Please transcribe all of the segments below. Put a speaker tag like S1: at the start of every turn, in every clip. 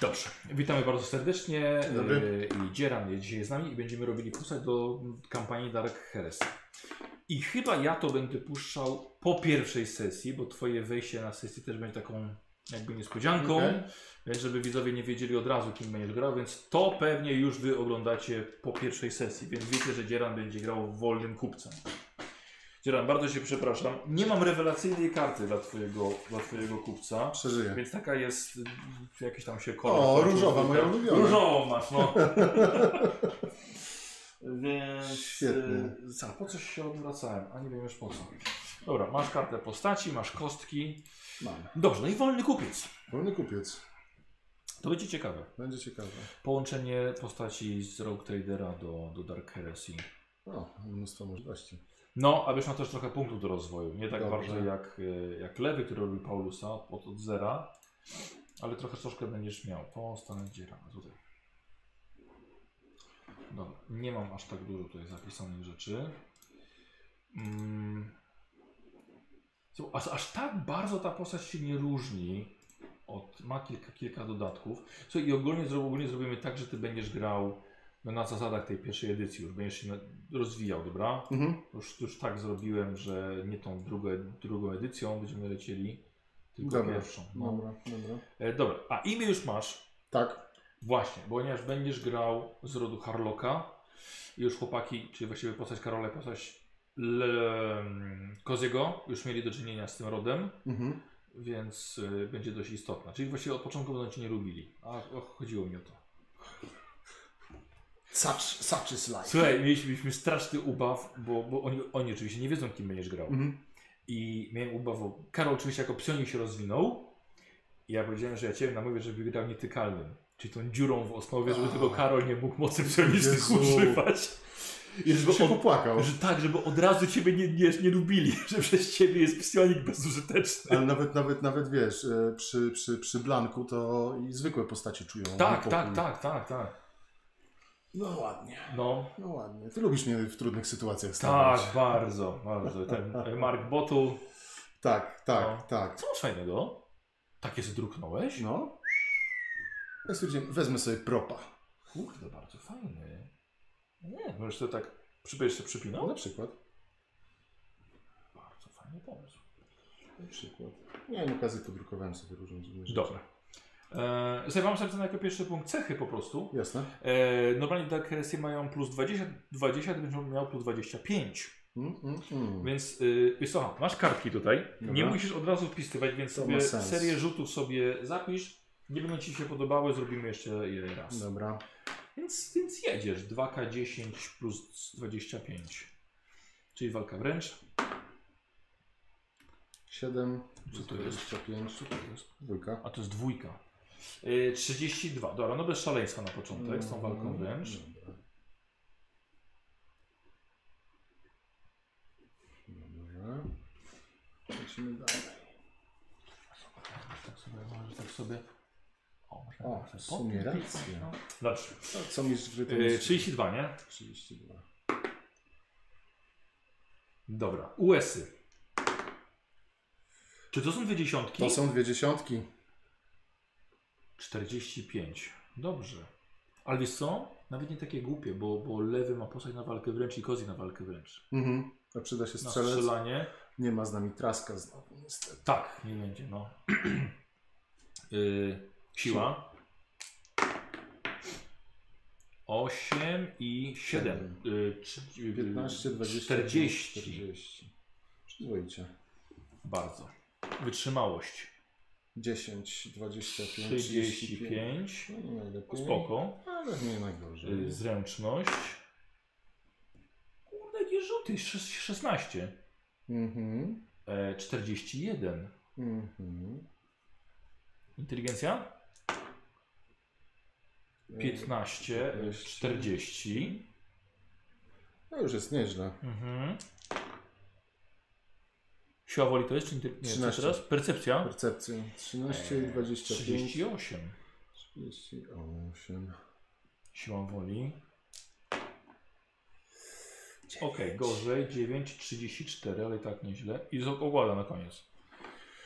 S1: Dobrze. Witamy bardzo serdecznie.
S2: Dzień dobry.
S1: E, I Dzieran jest dzisiaj z nami i będziemy robili puszczać do kampanii Dark Heresy. I chyba ja to będę puszczał po pierwszej sesji, bo twoje wejście na sesję też będzie taką jakby niespodzianką,
S2: Okej.
S1: więc żeby widzowie nie wiedzieli od razu, kim będziesz grał, więc to pewnie już wy oglądacie po pierwszej sesji, więc wiecie, że Dzieran będzie grał wolnym kupcem. Dzieran, bardzo się przepraszam. Nie mam rewelacyjnej karty dla twojego, dla twojego kupca.
S2: Przeżyję.
S1: Więc taka jest y, jakiś tam się kolor.
S2: O,
S1: kończy,
S2: różowa,
S1: zwykle.
S2: moja ulubiona.
S1: Różową masz, no. Więc.
S2: Świetnie.
S1: y, Co, po coś się odwracałem, a nie wiem już po co. Dobra, masz kartę postaci, masz kostki.
S2: Mam.
S1: Dobrze, no i wolny kupiec.
S2: Wolny kupiec.
S1: To będzie ciekawe.
S2: Będzie ciekawe.
S1: Połączenie postaci z Rogue Tradera do, do Dark Heresy.
S2: O, mnóstwo możliwości.
S1: No, a wiesz, ma też trochę punktów do rozwoju. Nie tak
S2: Dobrze.
S1: bardzo jak, y, jak lewy, który robił Paulusa od, od zera, ale trochę troszkę będziesz miał. Po stanę dzieram, tutaj. Dobra, nie mam aż tak dużo tutaj zapisanych rzeczy. Mm. Słuchaj, Aż, aż tak bardzo ta postać się nie różni. Od, ma kilka, kilka dodatków. Słuchaj, i ogólnie, zro- ogólnie zrobimy tak, że ty będziesz grał no, na zasadach tej pierwszej edycji, już będziesz się na- rozwijał, dobra?
S2: Mhm.
S1: Już, już tak zrobiłem, że nie tą drugą, drugą edycją będziemy lecieli, tylko
S2: Dobra.
S1: pierwszą. No.
S2: Dobra, dobra.
S1: E, dobra, a imię już masz.
S2: Tak.
S1: Właśnie, ponieważ będziesz grał z rodu Harlocka i już chłopaki, czyli właściwie postać Karola i postać Le- Koziego już mieli do czynienia z tym rodem,
S2: Mhm.
S1: więc y, będzie dość istotna. Czyli właściwie od początku będą cię nie lubili, a o, chodziło mi o to.
S2: Such, such is life.
S1: Słuchaj, mieliśmy, mieliśmy straszny ubaw, bo, bo oni, oni oczywiście nie wiedzą, kim będziesz grał.
S2: Mhm.
S1: I miałem obawę. Karol oczywiście jako psionik się rozwinął. I ja powiedziałem, że ja ciebie namówię, żeby grał nietykalnym. Czyli tą dziurą w osnowie, żeby
S2: A.
S1: tego Karol nie mógł mocy psionistych
S2: Jezu.
S1: używać. I
S2: Żeby
S1: żeby
S2: się
S1: od,
S2: popłakał.
S1: że tak, żeby od razu ciebie nie, nie, nie lubili, że przez ciebie jest psionik bezużyteczny.
S2: Ale nawet, nawet, nawet wiesz, e, przy, przy, przy blanku to i zwykłe postacie czują
S1: Tak,
S2: niepokój.
S1: tak, tak, tak, tak.
S2: No ładnie.
S1: No,
S2: No ładnie. Ty lubisz mnie w trudnych sytuacjach
S1: tak,
S2: stawiać.
S1: bardzo, bardzo. Ten Mark Botu.
S2: Tak, tak,
S1: No.
S2: tak.
S1: Co masz fajnego? Takie zdruknąłeś?
S2: No. Ja stwierdziłem, wezmę sobie propa.
S1: Kurde, bardzo fajny. Nie, możesz to tak przybyłeś się przypinał?
S2: Na przykład.
S1: Bardzo fajny pomysł.
S2: Na przykład. Miałem okazję, podrukowałem sobie różne dziwne rzeczy.
S1: Dobra. E, sobie mam napisane jako pierwszy punkt cechy po prostu.
S2: Jasne.
S1: E, normalnie Dark Heresy mają plus 20, 20 to będziesz miał plus 25.
S2: Mm, mm, mm.
S1: Więc y, wiesz co, aha, masz kartki tutaj. Nie
S2: Dobra.
S1: musisz od razu wpisywać, więc
S2: To
S1: sobie
S2: ma sens.
S1: serię rzutów sobie zapisz. Nie będą ci się podobały, zrobimy jeszcze je raz.
S2: Dobra.
S1: Więc, więc jedziesz. 2K10 plus 25. Czyli walka wręcz.
S2: 7,
S1: Co to jest?
S2: 25,
S1: Co to jest?
S2: dwójka.
S1: A to jest dwójka. Y, 32. Dobra, no bez szaleństwa na początek z tą walką wręcz.
S2: Mm, Dobra. Dobra. Lecimy dalej.
S1: Tak sobie, może tak sobie. O, można
S2: O,
S1: tak sobie
S2: w sumie
S1: podpiąć.
S2: racja.
S1: No. Dobrze.
S2: Co, co mi z gry to
S1: Yy,
S2: jest?
S1: 32, nie?
S2: 32.
S1: Dobra. USy. Czy to są dwie dziesiątki?
S2: To są dwie dziesiątki.
S1: 45. Dobrze. Ale wiesz co? Nawet nie takie głupie, bo, bo lewy ma postać na walkę wręcz i kozi na walkę wręcz.
S2: Mhm. A przyda się
S1: Na
S2: strzelec.
S1: strzelanie.
S2: Nie ma z nami traska znowu, niestety.
S1: Tak, nie będzie, no. yy, siła. 8 i 7.
S2: Siedem.
S1: Yy, trz- yy,
S2: 15, 20,
S1: 40.
S2: 40. Przyzwoicie.
S1: Bardzo. Wytrzymałość.
S2: 10, 25, 35.
S1: 35.
S2: No, nie najlepiej.
S1: Spoko.
S2: Ale nie najgorzej.
S1: Yy, zręczność. Kurde, jakie rzuty. Szes- 16.
S2: Mhm.
S1: E, 41.
S2: Mhm.
S1: Inteligencja?
S2: E,
S1: 15. e, 40.
S2: No już jest nieźle.
S1: Mhm. Siła woli to jest, czy inter... nie, co
S2: 13.
S1: teraz? Percepcja?
S2: Percepcja 13 i
S1: Eee,
S2: 25.
S1: 38.
S2: 38.
S1: Siła woli. Okej, gorzej. 9, 34, ale i tak nieźle. I z- ogłada na koniec.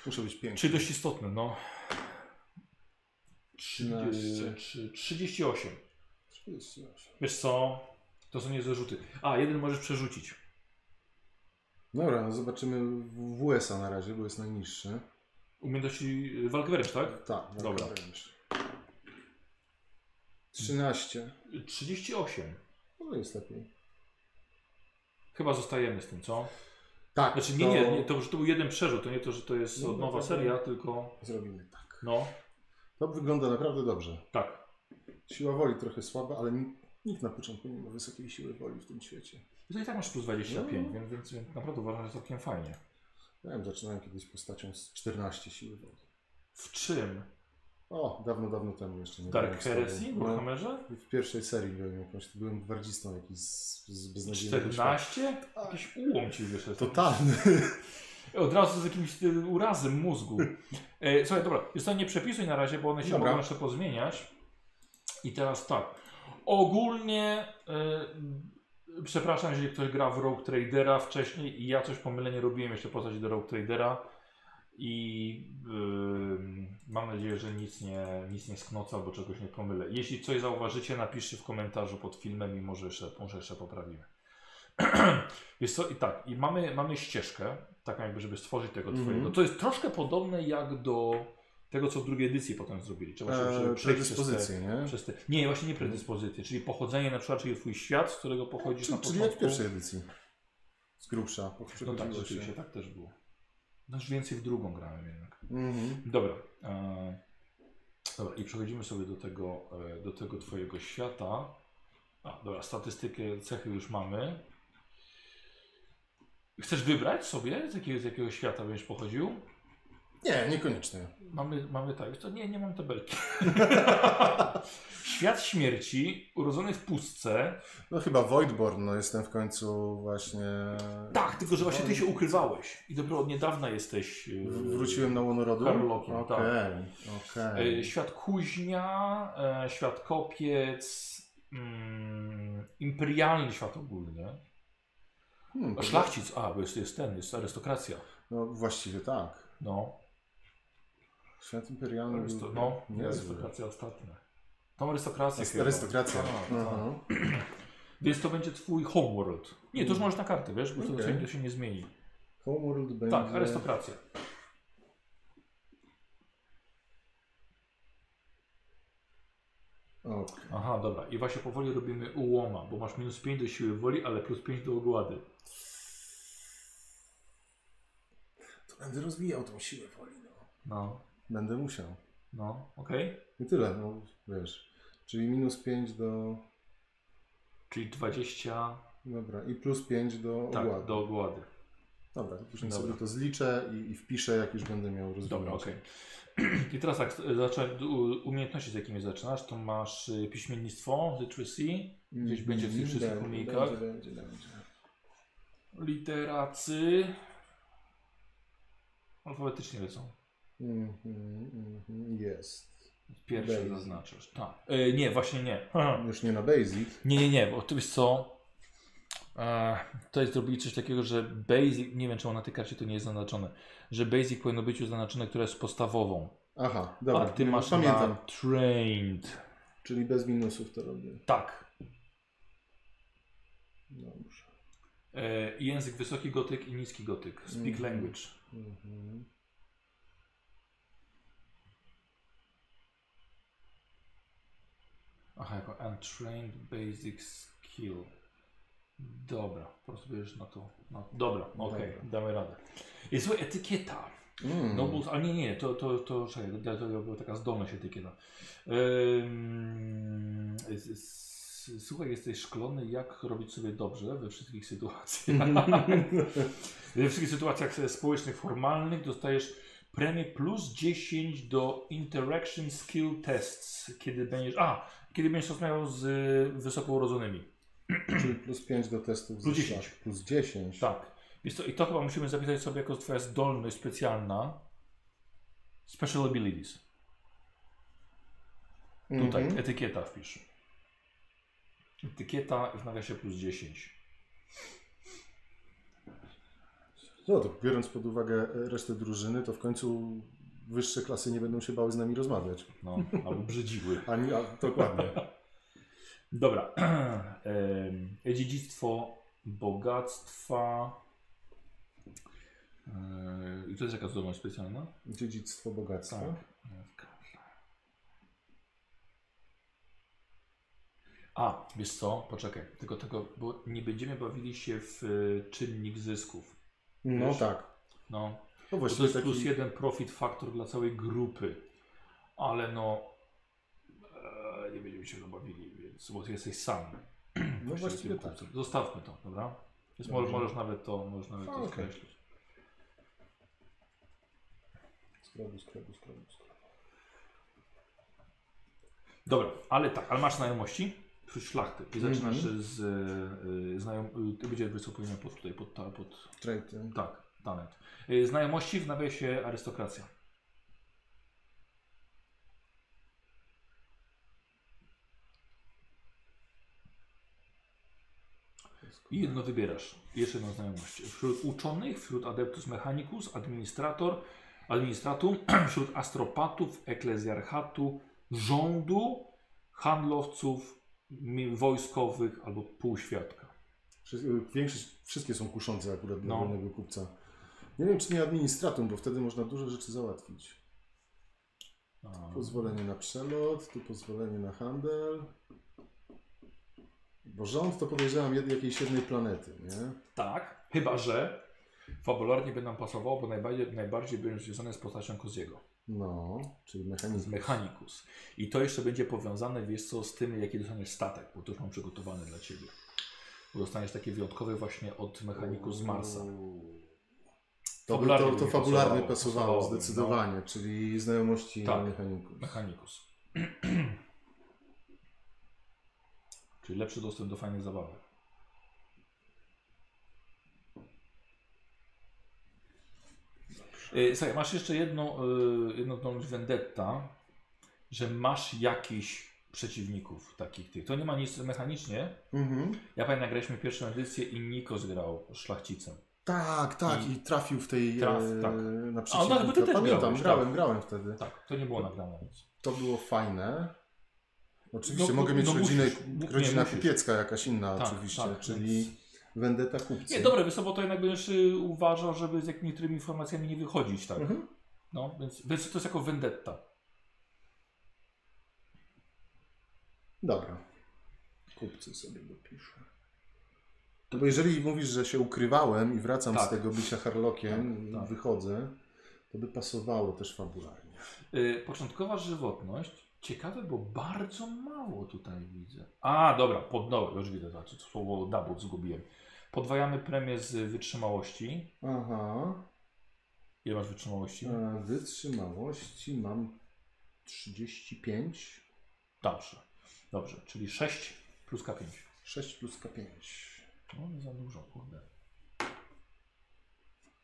S2: Muszę być 5.
S1: Czyli dość istotne, no. 13.
S2: 13.
S1: 38.
S2: 38.
S1: Wiesz co? To są niezłe rzuty. A, jeden możesz przerzucić.
S2: Dobra, no zobaczymy WS-a na razie, bo jest najniższy.
S1: Umiejętności y, walk wręcz, tak?
S2: Tak, no
S1: Dobra.
S2: wręcz. 13.
S1: 38.
S2: No jest lepiej.
S1: Chyba zostajemy z tym, co?
S2: Tak,
S1: Znaczy nie, nie, nie to, że to był jeden przerzut, to nie to, że to jest
S2: No,
S1: od nowa
S2: tak,
S1: seria, tylko
S2: Zrobimy tak.
S1: no,
S2: To wygląda naprawdę dobrze.
S1: tak.
S2: Siła woli trochę słaba, ale ni- nikt na początku nie ma wysokiej siły woli w tym świecie.
S1: Tutaj tak masz plus 25,
S2: No.
S1: więc, więc, więc naprawdę uważam, że całkiem fajnie.
S2: Ja wiem, zaczynałem kiedyś postacią z 14 siły woli.
S1: W czym?
S2: O, dawno, dawno temu jeszcze nie
S1: Dark
S2: byłem w stanie.
S1: Heresy w
S2: No,
S1: Warhammerze?
S2: W pierwszej serii byłem jakąś, byłem gwardzistą jakiś z, z beznadziejnego świata.
S1: 14? Jakiś ułom ci wyszedł. E,
S2: Totalny.
S1: Od razu z jakimś y, urazem mózgu. E, słuchaj, dobra, jest to nie przepisuj na razie, bo one się
S2: Dobra.
S1: mogą jeszcze pozmieniać. I teraz tak. Ogólnie, e, przepraszam, jeżeli ktoś gra w Rogue Tradera wcześniej i ja coś pomylenie robiłem jeszcze postać do Rogue Tradera i e, mam nadzieję, że nic nie, nic nie sknocę albo czegoś nie pomylę. Jeśli coś zauważycie, napiszcie w komentarzu pod filmem i może jeszcze, może jeszcze poprawimy. Jest co, i tak, i mamy, mamy ścieżkę, taką jakby, żeby stworzyć tego
S2: Mhm.
S1: twojego. No To jest troszkę podobne jak do tego, co w drugiej edycji potem zrobili. Trzeba się prze-
S2: E,
S1: przejść przez te,
S2: Predyspozycje, nie?
S1: przez te, nie, właśnie nie predyspozycje, czyli pochodzenie na przykład, czyli twój świat, z którego pochodzisz
S2: Czyli,
S1: na
S2: czyli
S1: początku.
S2: jak w pierwszej edycji. Z grubsza. bo
S1: No tak,
S2: przechodziło
S1: rzeczywiście, tak też było. No już więcej w drugą grałem jednak.
S2: Mhm.
S1: Dobra. E, dobra, i przechodzimy sobie do tego, e, do tego twojego świata. A, dobra, statystykę, cechy już mamy. Chcesz wybrać sobie, z jakiego, z jakiego świata będziesz pochodził?
S2: Nie, niekoniecznie.
S1: Mamy, mamy tak, to nie, nie mam tabelki. Świat śmierci, urodzony w pustce,
S2: No chyba Voidborn, no jestem w końcu właśnie...
S1: Tak, tylko że właśnie ty się ukrywałeś i dopiero od niedawna jesteś. e,
S2: W- Wróciłem na łono rodu?
S1: Karlokiem,
S2: Okej, okej.
S1: e, Świat kuźnia, e, świat kopiec, mm, imperialny świat ogólny.
S2: Hmm,
S1: A szlachcic, a bo jest, jest ten, jest arystokracja.
S2: No właściwie tak.
S1: No,
S2: Świat imperialny
S1: arysto,
S2: był
S1: no
S2: Mm, niezły.
S1: arystokracja ostatnia. Tą arystokrację.
S2: Jest
S1: chyba.
S2: Arystokracja. Mhm.
S1: Tak, tak.
S2: Aha.
S1: Więc to będzie twój homeworld. Nie, to już możesz na kartę, wiesz, bo to,
S2: Mm. Okej.
S1: się, to się nie zmieni.
S2: Homeworld będzie...
S1: Tak, arystokracja.
S2: Okej.
S1: Aha, dobra. I właśnie powoli robimy ułoma, bo masz minus 5 do siły woli, ale plus 5 do ogłady.
S2: To będę rozwijał tą siłę woli, no.
S1: No,
S2: Będę musiał.
S1: no, okej.
S2: I tyle, no wiesz. Czyli minus 5 do...
S1: Czyli 20
S2: Dobra, i plus 5 do
S1: tak,
S2: ogłady.
S1: do ogłady.
S2: Dobra, to później
S1: Dobra.
S2: sobie to zliczę i, i wpiszę, jak już będę miał rozwijać.
S1: Dobra, okej. I teraz tak, zacząłem umiejętności, z jakimi zaczynasz, to masz y, piśmiennictwo, literacy, Gdzieś będzie w tych wszystkich
S2: Mhm, Będzie,
S1: unikach.
S2: Będzie, będzie, będzie.
S1: literacy. Alfabetycznie lecą.
S2: Mhm, mhm, Jest.
S1: Pierwszy
S2: Basic.
S1: zaznaczasz. Tak. E, nie, właśnie nie. Haha.
S2: Już nie na basic.
S1: Nie, nie, nie, bo ty wiesz co. E, tutaj zrobili coś takiego, że basic, nie wiem czemu na tej karcie to nie jest zaznaczone, że basic powinno być już zaznaczone, która jest podstawową.
S2: Aha, dobra.
S1: A ty
S2: no,
S1: masz
S2: Pamiętam.
S1: na trained.
S2: Czyli bez minusów to robię.
S1: Tak.
S2: Dobrze.
S1: E, język wysoki gotyk i niski gotyk. Speak
S2: Mhm.
S1: language.
S2: Mhm.
S1: Aha, jako untrained basic skill. Dobra, po prostu bierzesz na to. Na... Dobra, okej,
S2: Dobra.
S1: damy radę. Jest zła etykieta.
S2: Mm.
S1: No bo, ale nie, nie, to, to, to, czekaj, to, to była taka zdolność etykieta. Ym, s- s- słuchaj, jesteś szkolony, jak robić sobie dobrze we wszystkich sytuacjach. we wszystkich sytuacjach społecznych, formalnych dostajesz premię plus 10 do interaction skill tests, kiedy będziesz, a, kiedy będziesz rozmawiał z y, wysoko urodzonymi.
S2: Czyli plus 5 do testów.
S1: Plus
S2: ze
S1: 10.
S2: szlak- Plus 10.
S1: Tak. Wiesz co, I to chyba musimy zapisać sobie jako twoja zdolność specjalna. Special abilities.
S2: Mhm.
S1: Tutaj etykieta wpisz. Etykieta w nawiasie plus 10.
S2: No to biorąc pod uwagę e, resztę drużyny, to w końcu wyższe klasy nie będą się bały z nami rozmawiać.
S1: No, albo brzydziły.
S2: Ani, a, dokładnie.
S1: Dobra. Em, Dziedzictwo bogactwa. Eee, I to jest jaka zdolność specjalna?
S2: Dziedzictwo bogactwa.
S1: Tak. W kartach. A, wiesz co? Poczekaj, tylko tego, bo nie będziemy bawili się w y, czynnik zysków.
S2: No
S1: Wiesz?
S2: tak.
S1: No,
S2: No
S1: to
S2: właściwie
S1: jest
S2: taki...
S1: plus jeden profit faktor dla całej grupy, ale no, e, nie będziemy się go bawili, więc, bo ty jesteś sam.
S2: No
S1: Właściwie
S2: właściwie
S1: w tym
S2: tak.
S1: punkcie. Zostawmy to, dobra? Więc
S2: Dobrze.
S1: możesz, możesz nawet to, możesz nawet
S2: A,
S1: to
S2: okej.
S1: skreślić.
S2: Skrobu, skrobu, skrobu, skrobu.
S1: Dobra, ale tak, ale masz znajomości wśród szlachty i zaczynasz
S2: Mhm.
S1: z y, y, znajom... y, Ty będzie wysłuchanie pod tutaj, pod, ta, pod
S2: Trade, y,
S1: tak, talent. Y, Znajomości w nawiasie arystokracja. I jedno wybierasz. Jeszcze jedną znajomość. Wśród uczonych, wśród adeptus mechanicus, administrator, administratum, wśród astropatów, eklezjarchatu, rządu, handlowców, mi- wojskowych albo półświadka.
S2: Wszy- Większość, wszystkie są kuszące akurat dla
S1: No.
S2: wolnego kupca. Nie wiem, czy nie administratum, bo wtedy można dużo rzeczy załatwić.
S1: A,
S2: Pozwolenie na przelot, tu pozwolenie na handel. Bo rząd to podejrzewam jed- jakiejś jednej planety, nie?
S1: tak, chyba że fabularnie by nam pasowało, bo najbardziej, najbardziej będzie związane z postacią Koziego,
S2: No, czyli
S1: z
S2: mechanizm.
S1: Mechanicus. I to jeszcze będzie powiązane, wiesz co, z tym, jaki dostaniesz statek, bo to już mam przygotowane dla Ciebie. Bo dostaniesz takie wyjątkowe właśnie od Mechanicus z Marsa.
S2: Mm. To, by-
S1: Fabularnie
S2: to,
S1: by
S2: to
S1: mi
S2: fabularnie
S1: pasowało,
S2: pasowało,
S1: pasowałoby,
S2: zdecydowanie, czyli znajomości
S1: Tak.
S2: mechaników.
S1: Mechanicus. Czyli lepszy dostęp do fajnej zabawy. Y, Słuchaj, masz jeszcze jedną, y, jedną zdolność vendetta, że masz jakiś przeciwników takich tych. To nie ma nic mechanicznie.
S2: Mhm.
S1: Ja pamiętam, graliśmy pierwszą edycję i Nikos grał szlachcicem.
S2: Tak, tak,
S1: I-
S2: i, trafił w tej
S1: Traf,
S2: e,
S1: tak.
S2: na
S1: A, no,
S2: przeciwnika.
S1: bo ty też
S2: Pamiętam,
S1: grałeś,
S2: grałem,
S1: tak.
S2: grałem wtedy.
S1: Tak, to nie było nagrane nic.
S2: To było fajne. Oczywiście
S1: No,
S2: mogę mieć
S1: no
S2: rodzinę,
S1: musisz, mu-
S2: rodzina
S1: nie, musisz.
S2: kupiecka jakaś inna
S1: Tak,
S2: oczywiście,
S1: tak,
S2: czyli vendetta kupcy.
S1: Nie, dobre, wysoko to jednak będziesz y, uważał, żeby z niektórymi informacjami nie wychodzić, tak?
S2: Mhm.
S1: No, więc, więc to jest jako vendetta.
S2: Dobra. Kupcy sobie dopiszę. To bo jeżeli mówisz, że się ukrywałem i wracam
S1: Tak.
S2: z tego bycia harlokiem
S1: Tak,
S2: i
S1: tak.
S2: wychodzę, to by pasowało też fabularnie.
S1: Y, początkowa żywotność. Ciekawe, bo bardzo mało tutaj widzę. A, dobra, pod, no, już widzę, to, to słowo double zgubiłem. Podwajamy premię z wytrzymałości.
S2: Aha.
S1: Ile masz wytrzymałości?
S2: E, Wytrzymałości mam 35.
S1: Dobrze. Dobrze, czyli 6 plus K5.
S2: 6 plus K5.
S1: No, nie za dużo, kurde.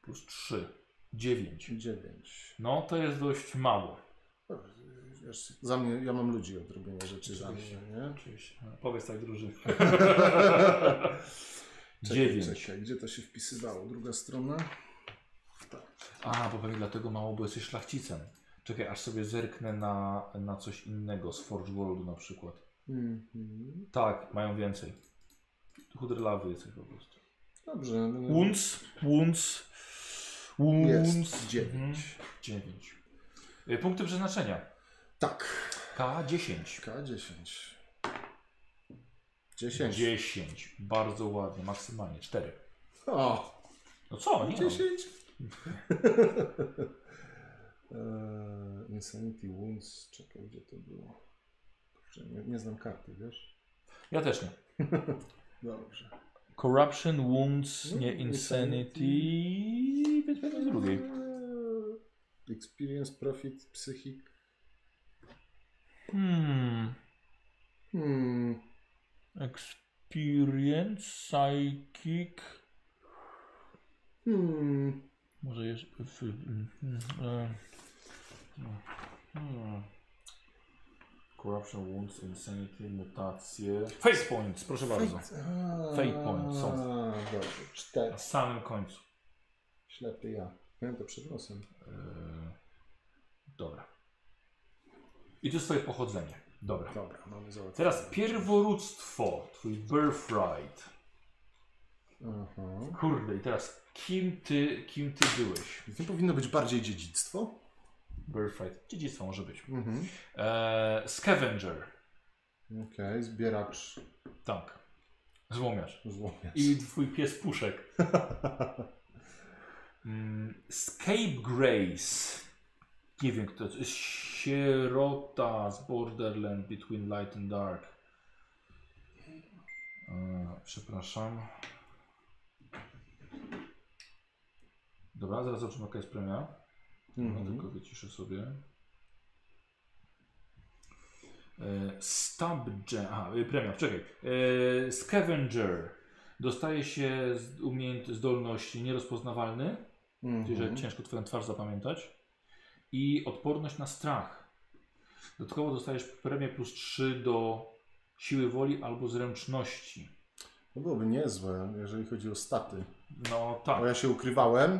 S1: Plus 3. 9.
S2: 9.
S1: No, to jest dość mało.
S2: No, Wiesz, za mnie, ja mam ludzi od robienia rzeczy za mnie,
S1: Oczywiście.
S2: nie?
S1: Oczywiście. Powiedz tak drużynie.
S2: Czekaj,
S1: Dziewięć.
S2: czekaj, gdzie to się wpisywało? Druga strona? Tak.
S1: A, bo pewnie dlatego mało, bo jesteś szlachcicem. Czekaj, aż sobie zerknę na, na coś innego z Forge Worldu na przykład.
S2: Mhm.
S1: Tak, mają więcej. Chudrlawy jesteś po prostu.
S2: Dobrze. no-
S1: Unc, unc,
S2: Jest,
S1: unc.
S2: dziewięć.
S1: Mhm. Dziewięć. Y, Punkty przeznaczenia.
S2: Tak.
S1: K10.
S2: K10. 10.
S1: 10. Bardzo ładnie, maksymalnie. 4.
S2: O,
S1: No co? Nie. no.
S2: 10. Eee, Insanity Wounds. Czekaj, gdzie to było? Kurczę, nie, nie znam karty, wiesz?
S1: Ja też nie.
S2: Dobrze.
S1: Corruption, wounds,
S2: No,
S1: nie insanity, więc pewnie drugiej.
S2: Eee, Experience, profit, psychic.
S1: Hmm.
S2: Hmm.
S1: Experience, psychic.
S2: Hmm.
S1: Może jeszcze. w- mm, mm, e, hmm. Corruption, wounds, insanity, mutacje. Face points, proszę bardzo.
S2: Fate-
S1: Fate point, są.
S2: A, Dobrze,
S1: Na
S2: cztery.
S1: samym końcu.
S2: Ślepy ja. Miałem to przed nosem.
S1: E, Dobra. I to jest twoje pochodzenie. Dobra.
S2: Dobra, mamy załatwione.
S1: Teraz pierworództwo, twój birthright.
S2: Aha.
S1: Kurde, i teraz kim ty, kim ty byłeś?
S2: Więc nie powinno być bardziej dziedzictwo?
S1: Birthright, dziedzictwo może być.
S2: Mhm.
S1: Eee, scavenger,
S2: Okej, zbieracz
S1: tak. Złomiarz.
S2: złomiarz.
S1: I twój pies puszek. Mm, Scapegrace. Nie wiem kto to jest. Sierota z Borderland Between Light and Dark. Eee, przepraszam. Dobra, zaraz zobaczymy jaka jest premia. No,
S2: Mhm.
S1: tylko wyciszę sobie. E, Stabge. Aha, y, premia, czekaj. E, Scavenger. Dostaje się z umiejęt, zdolność nierozpoznawalny, czyli że
S2: Mhm.
S1: ciężko twoją twarz zapamiętać. I odporność na strach. Dodatkowo dostajesz premię plus 3 do siły woli albo zręczności.
S2: To byłoby niezłe, jeżeli chodzi o staty.
S1: No
S2: Bo
S1: tak,
S2: ja się ukrywałem,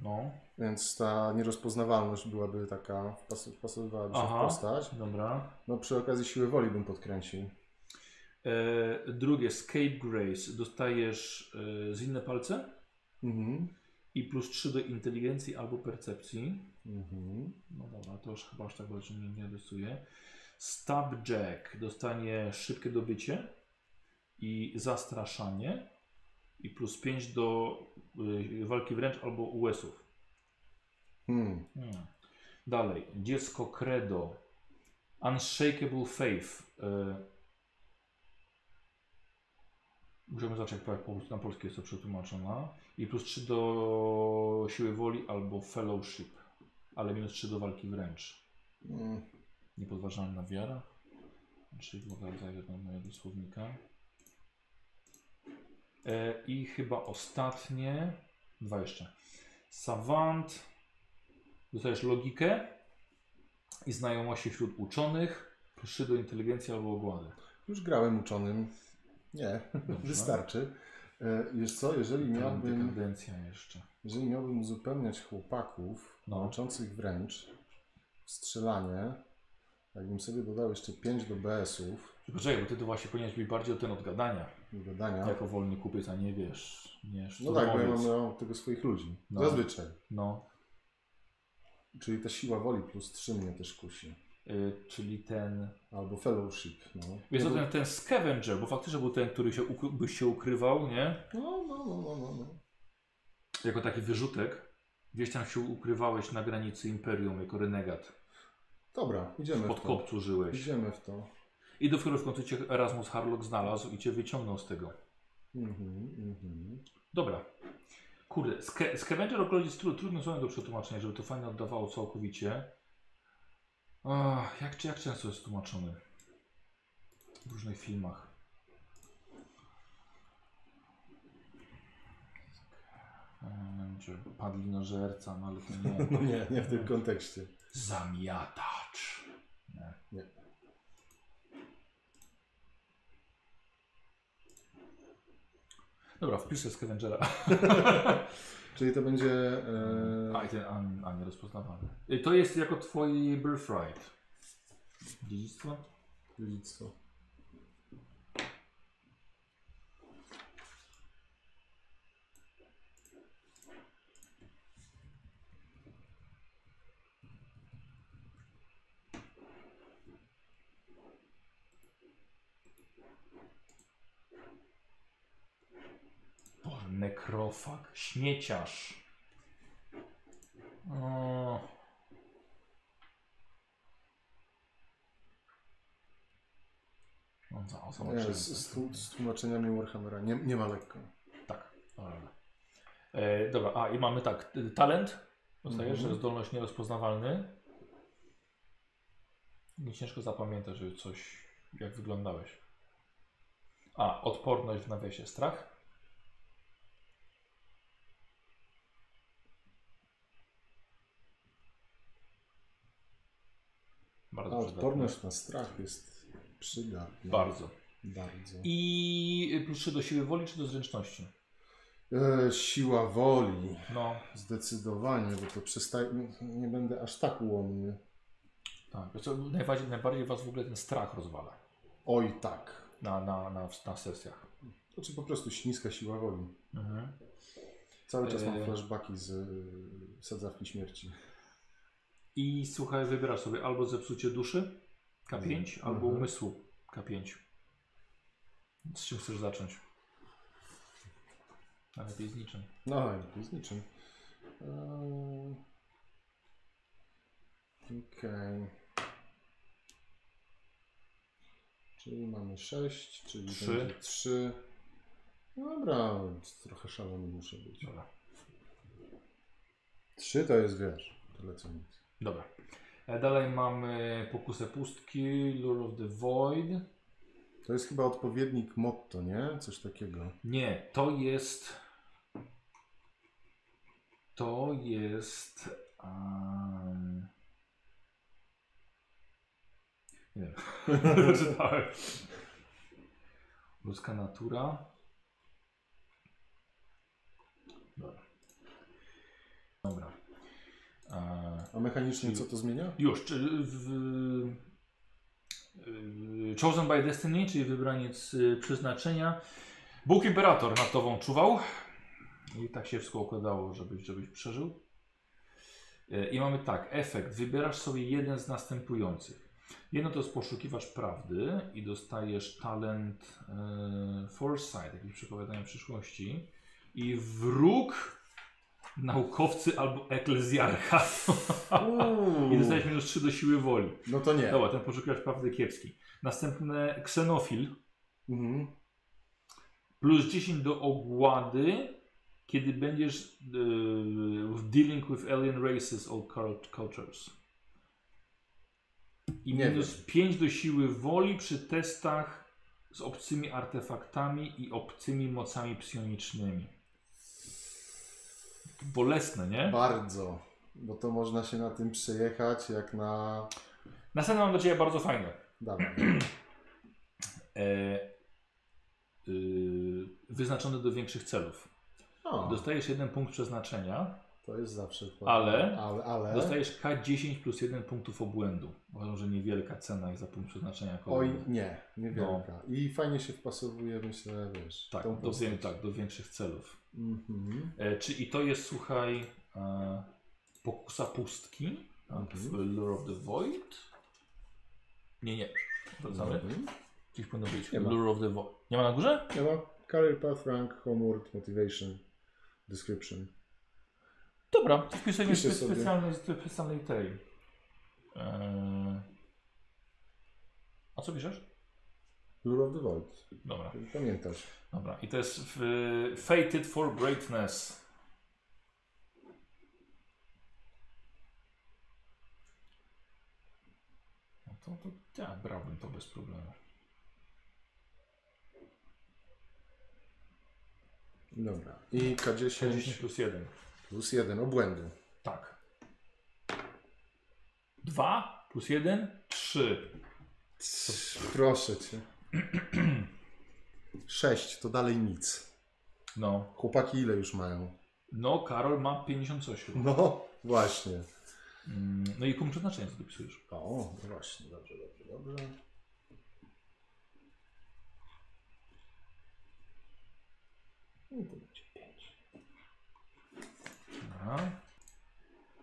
S1: no,
S2: więc ta nierozpoznawalność byłaby taka, wpas- wpasowywałaby się
S1: Aha.
S2: w postać.
S1: dobra.
S2: No przy okazji siły woli bym podkręcił.
S1: E, drugie, Scape Grace. Dostajesz e, z inne palce
S2: Mhm.
S1: i plus 3 do inteligencji albo percepcji.
S2: Mhm.
S1: No dobra, to już chyba aż tak bardzo nie, nie rysuje. Stabjack dostanie szybkie dobycie i zastraszanie i plus 5 do y, walki wręcz albo US-ów.
S2: Hmm.
S1: Hmm. Dalej, dziecko credo, unshakable faith. Y... Możemy zacząć jak po- na polskie jest to przetłumaczona. I plus 3 do siły woli albo fellowship, ale minus 3 do walki wręcz.
S2: Mm.
S1: Niepodważalna wiara. Czyli mogę zajrzeć do mojego słownika. E, I chyba ostatnie. Dwa jeszcze. Savant. Dostajesz logikę i znajomości wśród uczonych. Plus 3 do inteligencji albo ogłady.
S2: Już grałem uczonym. Nie, wystarczy. E, Wiesz co, jeżeli miałbym,
S1: Dekadencja jeszcze.
S2: jeżeli miałbym uzupełniać chłopaków
S1: No.
S2: walczących wręcz w strzelanie, jakbym sobie dodał jeszcze 5 do BS-ów
S1: Poczekaj, bo ty to właśnie powinieneś być bardziej o ten od gadania.
S2: do gadania,
S1: Jako wolny kupiec, a nie wiesz. Nie,
S2: Tak. No tak, bo ja
S1: szturmowiec.
S2: mam miał tego swoich ludzi.
S1: No.
S2: Zazwyczaj.
S1: No.
S2: Czyli ta siła woli plus 3 mnie też kusi.
S1: Y, czyli ten.
S2: Albo fellowship. No,
S1: Wiesz,
S2: no,
S1: co,
S2: bo-
S1: ten, ten scavenger, bo faktycznie był ten, który się ukry, by się ukrywał, nie?
S2: no, no, no, no, no, no.
S1: Jako taki wyrzutek. Gdzieś tam się ukrywałeś na granicy imperium jako renegat.
S2: Dobra, idziemy
S1: Pod
S2: w to.
S1: kopcu żyłeś.
S2: Idziemy w to.
S1: I dopiero w końcu cię Erasmus Harlock znalazł i cię wyciągnął z tego.
S2: Mhm, mhm.
S1: Dobra. Kurde, ske- scavenger akurat jest tru- trudnym słowem do przetłumaczenia, żeby to fajnie oddawało całkowicie. Ach, jak, jak często jest tłumaczony? W różnych filmach. Scavenger, padlinożerca, no ale to nie.
S2: No nie, nie w tym kontekście.
S1: Zamiatacz. Nie.
S2: Nie.
S1: Dobra, wpiszę Scavengera.
S2: Czyli to będzie... E...
S1: A, i ten, a, a nie rozpoznawany. Y, To jest jako twój birthright. Dziedzictwo?
S2: dziedzictwo.
S1: Boże, nekrofag, śmieciarz. O. No, za-
S2: Nie,
S1: zobaczymy.
S2: z, z, tłum- z tłumaczeniami Warhammera nie, nie ma lekko.
S1: Tak, dobra. E, dobra, a i mamy tak, y, talent. Dostajesz
S2: Mhm.
S1: że zdolność nierozpoznawalny. Nie ciężko zapamiętać, żeby coś, jak wyglądałeś. A, odporność w nawiasie strach.
S2: A
S1: Bardzo
S2: odporność na strach jest przydatna.
S1: przydatne. Bardzo.
S2: Bardzo.
S1: I plus 3 do siły woli, czy do zręczności?
S2: E, siła woli.
S1: No,
S2: Zdecydowanie, bo to przestaje. nie- Nie będę aż tak ułomny.
S1: tak. Wiesz co, najbardziej, najbardziej was w ogóle ten strach rozwala
S2: Oj, tak.
S1: na, na, na, na sesjach.
S2: To czy po prostu śliska siła woli.
S1: Mhm.
S2: Cały czas mam
S1: Eee.
S2: flashbacki z y, sadzawki śmierci.
S1: I słuchaj, wybierasz sobie albo zepsucie duszy K5,
S2: Mhm.
S1: albo
S2: Mhm.
S1: umysłu K5. Z czym chcesz zacząć? Najlepiej z niczym.
S2: No, to jest niczym. Eee, Okej. Czyli mamy 6, czyli
S1: Trzy.
S2: 3. Dobra, trochę szalony muszę być.
S1: Dobra.
S2: 3 to jest wiesz, tyle co nic.
S1: Dobra. E, Dalej mamy pokusę pustki, Lure of the Void.
S2: To jest chyba odpowiednik motto, nie? Coś takiego.
S1: Nie, to jest. To jest. em, Nie wiem. Przeczytałem. Ludzka natura. Dobra. Dobra. E,
S2: A mechanicznie
S1: Czyli-
S2: co to zmienia?
S1: już, czy w, w, y, Chosen by Destiny, czyli wybraniec y, przeznaczenia. Bóg Imperator nad tobą czuwał. I tak się wszystko układało, żebyś, żebyś przeżył. Y, I mamy tak, efekt. Wybierasz sobie jeden z następujących. Jedno to jest poszukiwasz prawdy i dostajesz talent y, foresight, jakieś przepowiadanie przyszłości. I wróg, naukowcy albo eklezjarcha. I dostajesz minus 3 do siły woli.
S2: No to nie.
S1: Dobra, ten poszukiwacz prawdy kiepski. Następne ksenofil.
S2: Mhm.
S1: Plus 10 do ogłady, kiedy będziesz yy, dealing with alien races or cult- cultures. I
S2: Nie
S1: minus 5 do siły woli przy testach z obcymi artefaktami i obcymi mocami psionicznymi. Bolesne, nie?
S2: Bardzo. Bo to można się na tym przejechać jak na...
S1: Następne mam dla Ciebie bardzo fajne.
S2: Dawaj.
S1: e, y, wyznaczone do większych celów. No,
S2: O,
S1: Dostajesz jeden punkt przeznaczenia,
S2: No, to jest zawsze...
S1: Ale-
S2: Ale, ale...
S1: dostajesz K10 plus 1 punktów obłędu. Uważam, że niewielka cena jest za punkt przeznaczenia
S2: Oj,
S1: kolejnego.
S2: nie. Niewielka. I fajnie się wpasowuje, myślę, wiesz...
S1: No. Tak,
S2: tą
S1: do,
S2: postać.
S1: wię- tak, do większych celów.
S2: Mhm.
S1: E, czy i to jest, słuchaj, e, pokusa pustki tak,
S2: Mhm.
S1: w Lure of the Void? Nie, nie. Wracamy.
S2: Mhm.
S1: Gdzieś powinno być.
S2: Nie ma.
S1: Lure of the Void. Nie ma na górze?
S2: Nie ma. Career Path, Rank, Homework, Motivation, Description.
S1: Dobra, to wpisujemy
S2: Wpiszę
S1: spe,
S2: sobie.
S1: specjalnej, specjalnej tej. Eee... A co piszesz?
S2: Lure of the Void.
S1: Dobra,
S2: Pamiętasz.
S1: dobra. I to jest w, Fated for Greatness. No to, to ja brałbym to bez problemu.
S2: Dobra. I K10
S1: 10 plus 1.
S2: plus 1 obłędu.
S1: Tak. 2 plus 1, 3.
S2: Proszę cię. Sześć, to dalej nic.
S1: No.
S2: Chłopaki ile już mają?
S1: No, Karol ma 58.
S2: No, właśnie.
S1: Mm, No i komu przeznaczenie co dopisujesz?
S2: O, właśnie, dobrze, dobrze, dobrze. No to będzie pięć.
S1: Aha.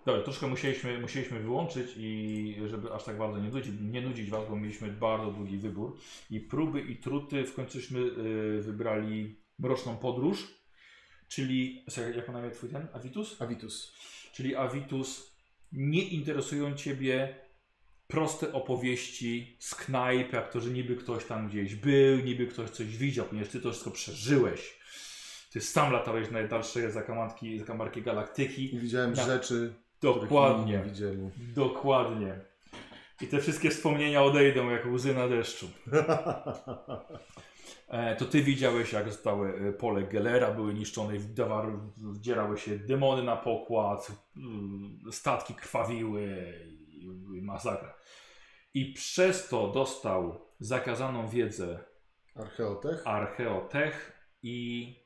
S1: Dobra, troszkę musieliśmy, musieliśmy wyłączyć i żeby aż tak bardzo nie nudzić, nie nudzić was, bo mieliśmy bardzo długi wybór i próby i truty, w końcuśmy y, wybrali Mroczną Podróż, czyli, sorry, jak ma na imię twój ten, Avitus?
S2: Avitus.
S1: Czyli Avitus, nie interesują ciebie proste opowieści z knajp, jak to, że niby ktoś tam gdzieś był, niby ktoś coś widział, ponieważ ty to wszystko przeżyłeś. Ty sam latałeś w najdalsze zakamarki, zakamarki galaktyki.
S2: I widziałem
S1: Tak.
S2: rzeczy, których inni nie
S1: Dokładnie,
S2: widzieli.
S1: dokładnie. I te wszystkie wspomnienia odejdą jak łzy na deszczu. E, to ty widziałeś, jak zostały e, pole Gelera, były niszczone, i wdawar- wdzierały się demony na pokład, mm, statki krwawiły i i masakra. I przez to dostał zakazaną wiedzę
S2: Archeotech?
S1: Archeotech i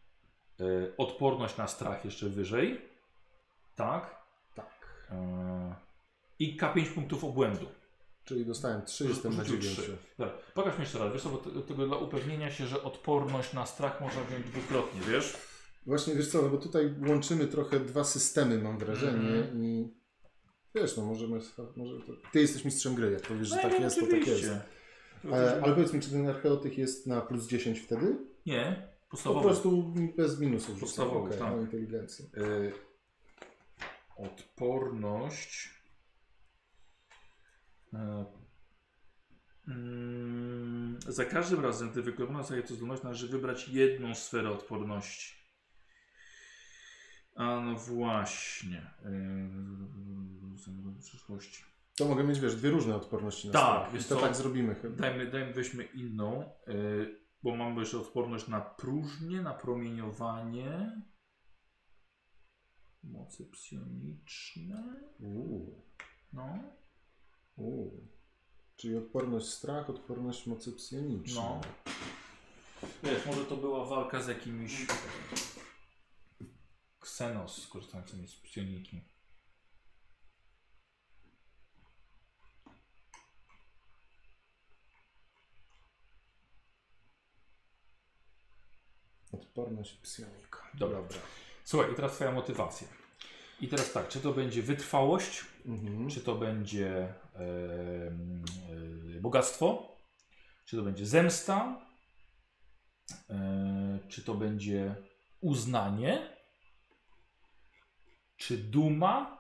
S1: E, odporność na strach jeszcze wyżej. Tak.
S2: Tak.
S1: E, I K5 punktów obłędu.
S2: Czyli dostałem 3,
S1: Rzu-
S2: jestem na
S1: rzucił
S2: 9.
S1: trzy. Dobra, pokaż mi jeszcze raz, wiesz co, bo t- tego dla upewnienia się, że odporność na strach można wziąć dwukrotnie, wiesz?
S2: Właśnie wiesz co, no bo tutaj łączymy trochę dwa systemy, mam wrażenie.
S1: Mhm.
S2: I wiesz, no możemy. Może to... Ty jesteś mistrzem gry, jak powiesz,
S1: No
S2: że tak jest, to tak jest. Ale, ale powiedz mi, czy ten archeotyk jest na plus 10 wtedy?
S1: Nie,
S2: Po
S1: podstawowe.
S2: prostu bez minusów rzucam.
S1: Podstawowy,
S2: Okej,
S1: tak.
S2: na inteligencję.
S1: Y, odporność. Y, mm, za każdym razem, gdy wykonana zostaje to zdolność, należy wybrać jedną sferę odporności. A no właśnie. Yy, w przyszłości.
S2: To mogę mieć, wiesz, dwie różne odporności na
S1: Tak,
S2: strach. I
S1: wiesz
S2: to
S1: co?
S2: tak zrobimy chyba.
S1: Dajmy, dajmy weźmy inną, y, bo mamy jeszcze odporność na próżnię, na promieniowanie. Mocy psioniczne.
S2: Uuu,
S1: No,
S2: uuu. Czyli odporność strach, odporność mocy psionicznej.
S1: no. Wiesz, może to była walka z jakimiś... Ksenos korzystającymi z psioniki.
S2: Odporność psionika.
S1: Dobra. Słuchaj, i teraz twoja motywacja. I teraz tak, czy to będzie wytrwałość,
S2: Mhm.
S1: czy to będzie em, e, bogactwo, czy to będzie zemsta, e, czy to będzie uznanie, czy duma,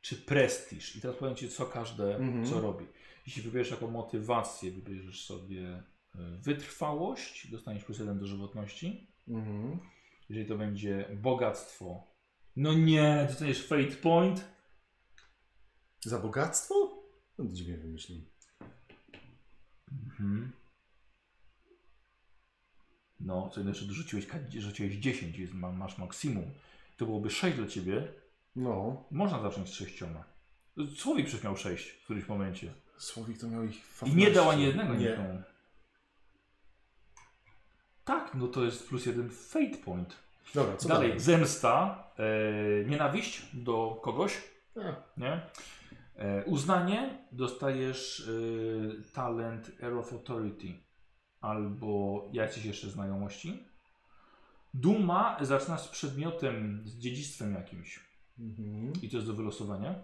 S1: czy prestiż. I teraz powiem Ci, co każde,
S2: Mhm.
S1: co robi. Jeśli wybierzesz jako motywację, wybierzesz sobie e, wytrwałość, dostaniesz plus jeden do żywotności.
S2: Mhm.
S1: Jeżeli to będzie bogactwo, no nie, dostaniesz fate point.
S2: Za bogactwo? No to dziwnie wymyślili.
S1: Mhm. No, co jeszcze dorzuciłeś, ka- rzuciłeś 10, jest, ma- masz maksimum. To byłoby 6 dla ciebie.
S2: No.
S1: Można zacząć z 6. Słowik przecież miał 6 w którymś momencie.
S2: Słowik to miał ich
S1: I
S2: 15.
S1: nie dał ani jednego
S2: Nie.
S1: nikomu. Tak, no to jest plus jeden fate point.
S2: Dobra, co
S1: dalej?
S2: dalej?
S1: Zemsta, e, nienawiść do kogoś,
S2: A,
S1: nie? E, uznanie, dostajesz e, talent Air of Authority albo jakieś jeszcze znajomości. Duma zaczynasz z przedmiotem, z dziedzictwem jakimś
S2: Mhm.
S1: i to jest do wylosowania.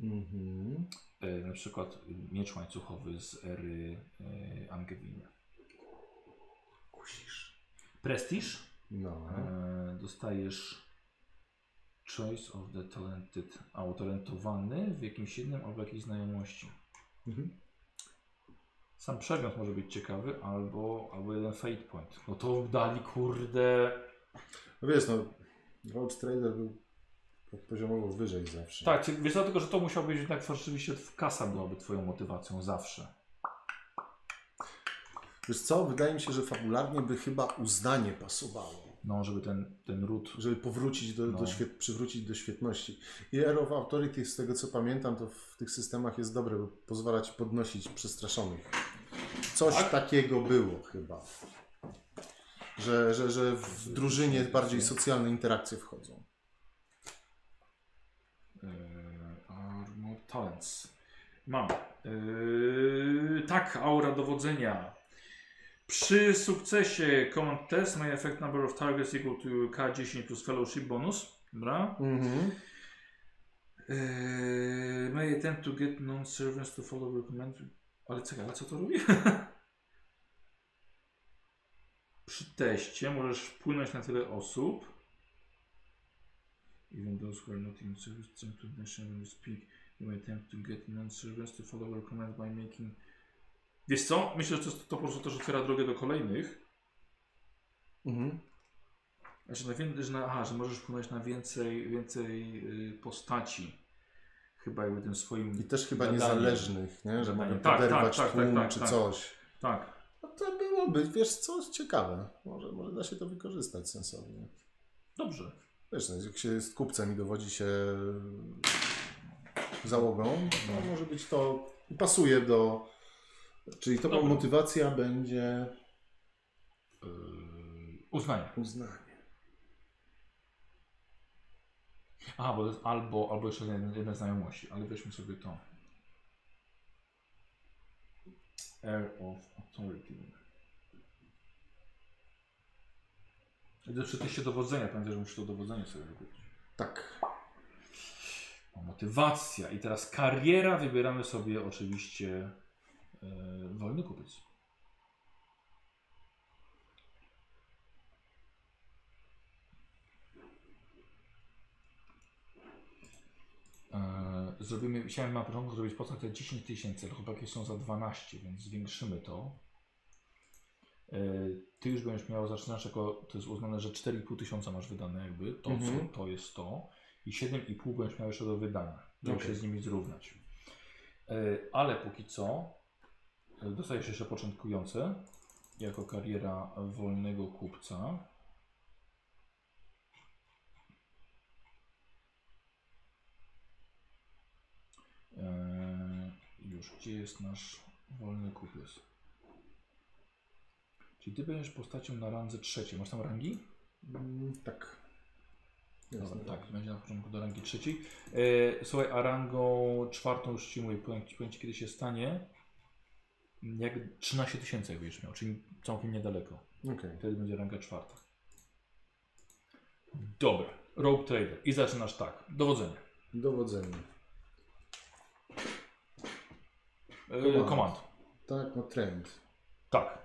S2: Mhm.
S1: E, na przykład miecz łańcuchowy z ery e, Angewina.
S2: Kusisz.
S1: Prestiż,
S2: No.
S1: e, dostajesz Choice of the Talented, a utalentowany w jakimś jednym albo jakiejś znajomości.
S2: Mhm.
S1: Sam przedmiot może być ciekawy, albo, albo jeden fate point. No to dali kurde.
S2: No wiesz, no. Roach Trader był poziomowo wyżej zawsze.
S1: Tak, czy- wiesz, dlatego, że to musiał być jednak rzeczywiście tw- kasa byłaby twoją motywacją zawsze.
S2: Wiesz co, wydaje mi się, że fabularnie by chyba uznanie pasowało.
S1: No, żeby ten, ten ród.
S2: Żeby powrócić do, do
S1: No.
S2: świet, przywrócić do świetności. I Air of Authority, z tego co pamiętam, to w tych systemach jest dobre, bo pozwala ci podnosić przestraszonych. Coś
S1: Tak?
S2: takiego było chyba. Że, że, że w drużynie bardziej socjalne interakcje wchodzą.
S1: Yy, armor talents. Mam. Yy, tak, aura dowodzenia. Przy sukcesie command test may affect number of targets equal to K10 plus fellowship bonus. Dobra.
S2: Mhm.
S1: Eee, may attempt to get non-servants to follow recommended. Ale czekaj, ale co to robi? Przy teście możesz wpłynąć na tyle osób. Even those who are not in service, attempt to nationally speak. You may attempt to get non-servants to follow recommended by making. Wiesz co? Myślę, że to, to po prostu też otwiera drogę do kolejnych.
S2: Mhm.
S1: Znaczy, na wię- że, na, aha, że możesz wpłynąć na więcej, więcej y, postaci. Chyba jakby tym swoim.
S2: I też chyba
S1: Gadanie.
S2: niezależnych, nie? że
S1: Gadanie.
S2: mogę
S1: Tak,
S2: poderwać
S1: tak, tak,
S2: tłum
S1: tak, tak,
S2: czy
S1: tak.
S2: coś.
S1: Tak.
S2: No to byłoby, wiesz co, ciekawe. Może, może da się to wykorzystać sensownie.
S1: Dobrze.
S2: Wiesz, no, jak się jest kupcem i dowodzi się załogą, no, może być to, pasuje do, czyli to
S1: Dobra.
S2: motywacja będzie
S1: Yy, Uznanie.
S2: uznanie.
S1: A, bo to jest albo, albo jeszcze jedna, jedna znajomości, ale weźmy sobie to. Air of Authority. Idę przy teście dowodzenia, pamiętaj, że muszę to dowodzenie sobie wykupić.
S2: Tak.
S1: O, motywacja. I teraz kariera. Wybieramy sobie oczywiście e, wolny kupiec. E, Zrobimy, chciałem na początku zrobić postać te 10 tysięcy, ale chłopaki są za 12, więc zwiększymy to. E, Ty już będziesz miał, zaczynasz jako, to jest uznane, że 4,5 tysiąca masz wydane jakby, to,
S2: Mhm.
S1: co, to jest to i 7,5 będziesz miał jeszcze do wydania, żeby
S2: Okej.
S1: się z nimi zrównać. Y, Ale póki co y, dostajesz jeszcze początkujące jako kariera wolnego kupca. Eee, już, gdzie jest nasz wolny kupiec? Czyli ty będziesz postacią na randze trzeciej. Masz tam rangi?
S2: Mm, tak. Jest,
S1: Dobra,
S2: no.
S1: tak, będzie na początku do rangi trzeciej. E, słuchaj, a rangą czwartą już ci mówię, powiem ci, powiem ci kiedy się stanie. Jak 13 tysięcy jak będziesz miał, czyli całkiem niedaleko.
S2: Okej.
S1: Wtedy będzie ranga czwarta. Dobra, Rogue Trader. I zaczynasz tak, dowodzenie.
S2: Dowodzenie.
S1: E,
S2: Command.
S1: command.
S2: Tak, no trend.
S1: Tak.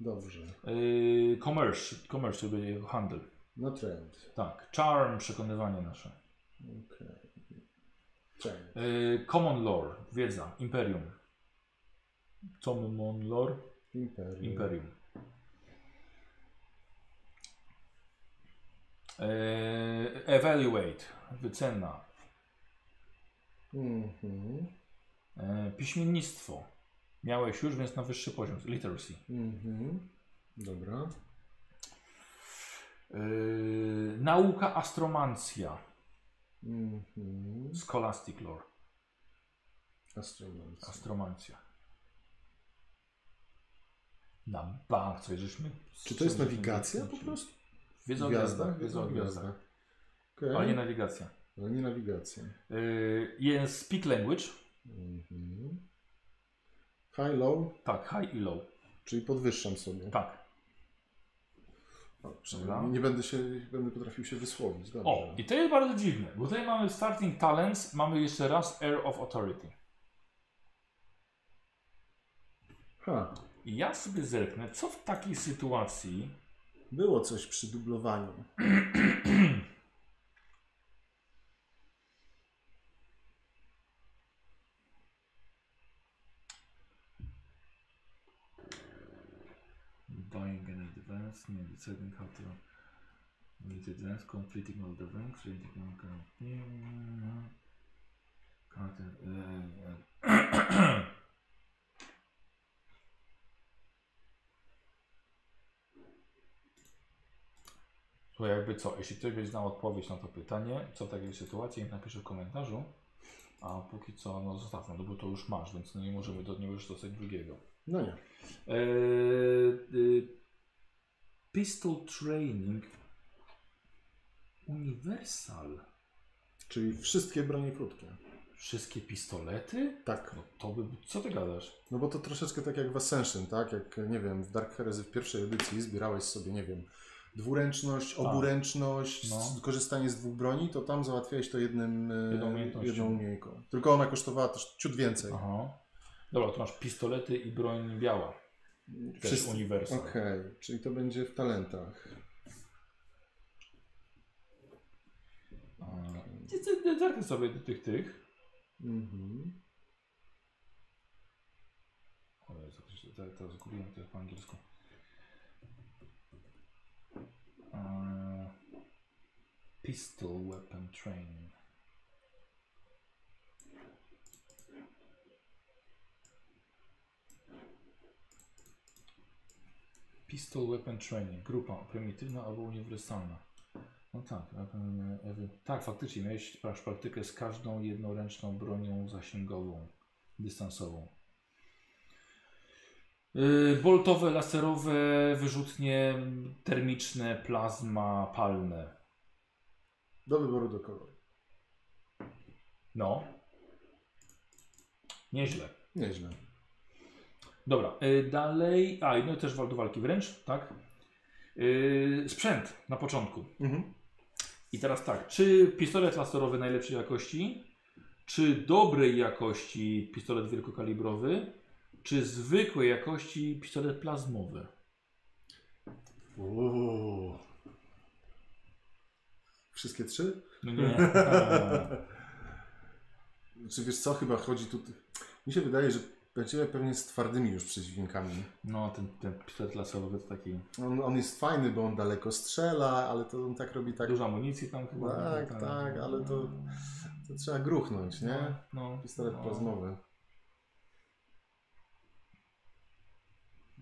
S2: Dobrze.
S1: E, commerce, commerce, czyli będzie handel.
S2: No trend.
S1: Tak. Charm, przekonywanie nasze.
S2: Okej. Trend.
S1: E, common lore, wiedza, imperium. Common lore,
S2: Imperium.
S1: Imperium. Eee, evaluate, wycena.
S2: Mhm.
S1: Eee, piśmiennictwo. Miałeś już, więc na wyższy poziom. Literacy.
S2: Mhm. Dobra.
S1: Eee, nauka astromancja.
S2: Mhm.
S1: Scholastic lore.
S2: Astromancja.
S1: Astromancja. Na bank, coś żeśmy...
S2: Czy to jest
S1: coś żeśmy
S2: nawigacja po
S1: wkręcili.
S2: prostu?
S1: Wiedza o gwiazdach. Wiedza o gwiazdach.
S2: Okej.
S1: Ale nie nawigacja.
S2: Ale nie nawigacja.
S1: Eee, jest speak language.
S2: Mhm. High, low,
S1: Tak, high i low.
S2: czyli podwyższam sobie.
S1: Tak.
S2: O, przynajmniej
S1: Dobra.
S2: nie będę się, będę potrafił się wysłowić. Dobrze.
S1: O, i to jest bardzo dziwne, bo tutaj mamy Starting Talents, mamy jeszcze raz Air of Authority.
S2: Ha,
S1: I ja sobie zerknę, co w takiej sytuacji
S2: było coś przy dublowaniu.
S1: Buying an advance, nie, the second half of with advance, completing all the ranks, rating on count. To jakby co, jeśli ktoś będzie znał odpowiedź na to pytanie, co w takiej sytuacji, napisze w komentarzu, a póki co, no zostawmy, no bo to już masz, więc no nie możemy do niego już dostać drugiego.
S2: No nie.
S1: Eee, y, Pistol Training Universal.
S2: Czyli wszystkie bronie krótkie.
S1: Wszystkie pistolety?
S2: Tak.
S1: No to by. Co ty gadasz?
S2: No bo to troszeczkę tak jak w Ascension, tak? Jak, nie wiem, w Dark Heresy w pierwszej edycji zbierałeś sobie, nie wiem, dwuręczność, oburęczność,
S1: Tak. No.
S2: z- korzystanie z dwóch broni, to tam załatwiałeś to jednym, e,
S1: Jedną umiejętnością.
S2: jedną umiejętnością. Tylko ona kosztowała też ciut więcej.
S1: Aha. Dobra, tu masz pistolety i broń biała. Też
S2: Wszyscy-
S1: Universal.
S2: Okej, czyli to będzie w talentach.
S1: Eee, ty- ty- ty- Zerknij sobie do tych tych.
S2: Mhm.
S1: O Jezu, przecież te- Teraz zgubiłem to po angielsku. Eee, Pistol Weapon Training. Pistol Weapon Training, grupa prymitywna albo uniwersalna. No tak, weapon, e, ewy- tak faktycznie miałeś prasz praktykę z każdą jednoręczną bronią zasięgową, dystansową. Yy, boltowe, laserowe, wyrzutnie termiczne, plazma, palne.
S2: Do wyboru do koloru.
S1: No. Nieźle.
S2: Nieźle.
S1: Dobra, y, dalej. A, i no i też wal- do walki wręcz, tak? Y, sprzęt na początku.
S2: Mhm.
S1: I teraz tak, czy pistolet laserowy najlepszej jakości, czy dobrej jakości pistolet wielkokalibrowy, czy zwykłej jakości pistolet plazmowy?
S2: Uuu. Wszystkie trzy?
S1: No nie.
S2: Eee. Czy wiesz co, chyba chodzi tu... Mi się wydaje, że będziemy pewnie z twardymi już przeciwnikami.
S1: No, ten, ten pistolet laserowy to taki.
S2: On, on jest fajny, bo on daleko strzela, ale to on tak robi tak...
S1: Dużo amunicji tam chyba.
S2: Tak, tak, ale to, to trzeba gruchnąć, nie?
S1: No,
S2: Pistolet
S1: no.
S2: plazmowy.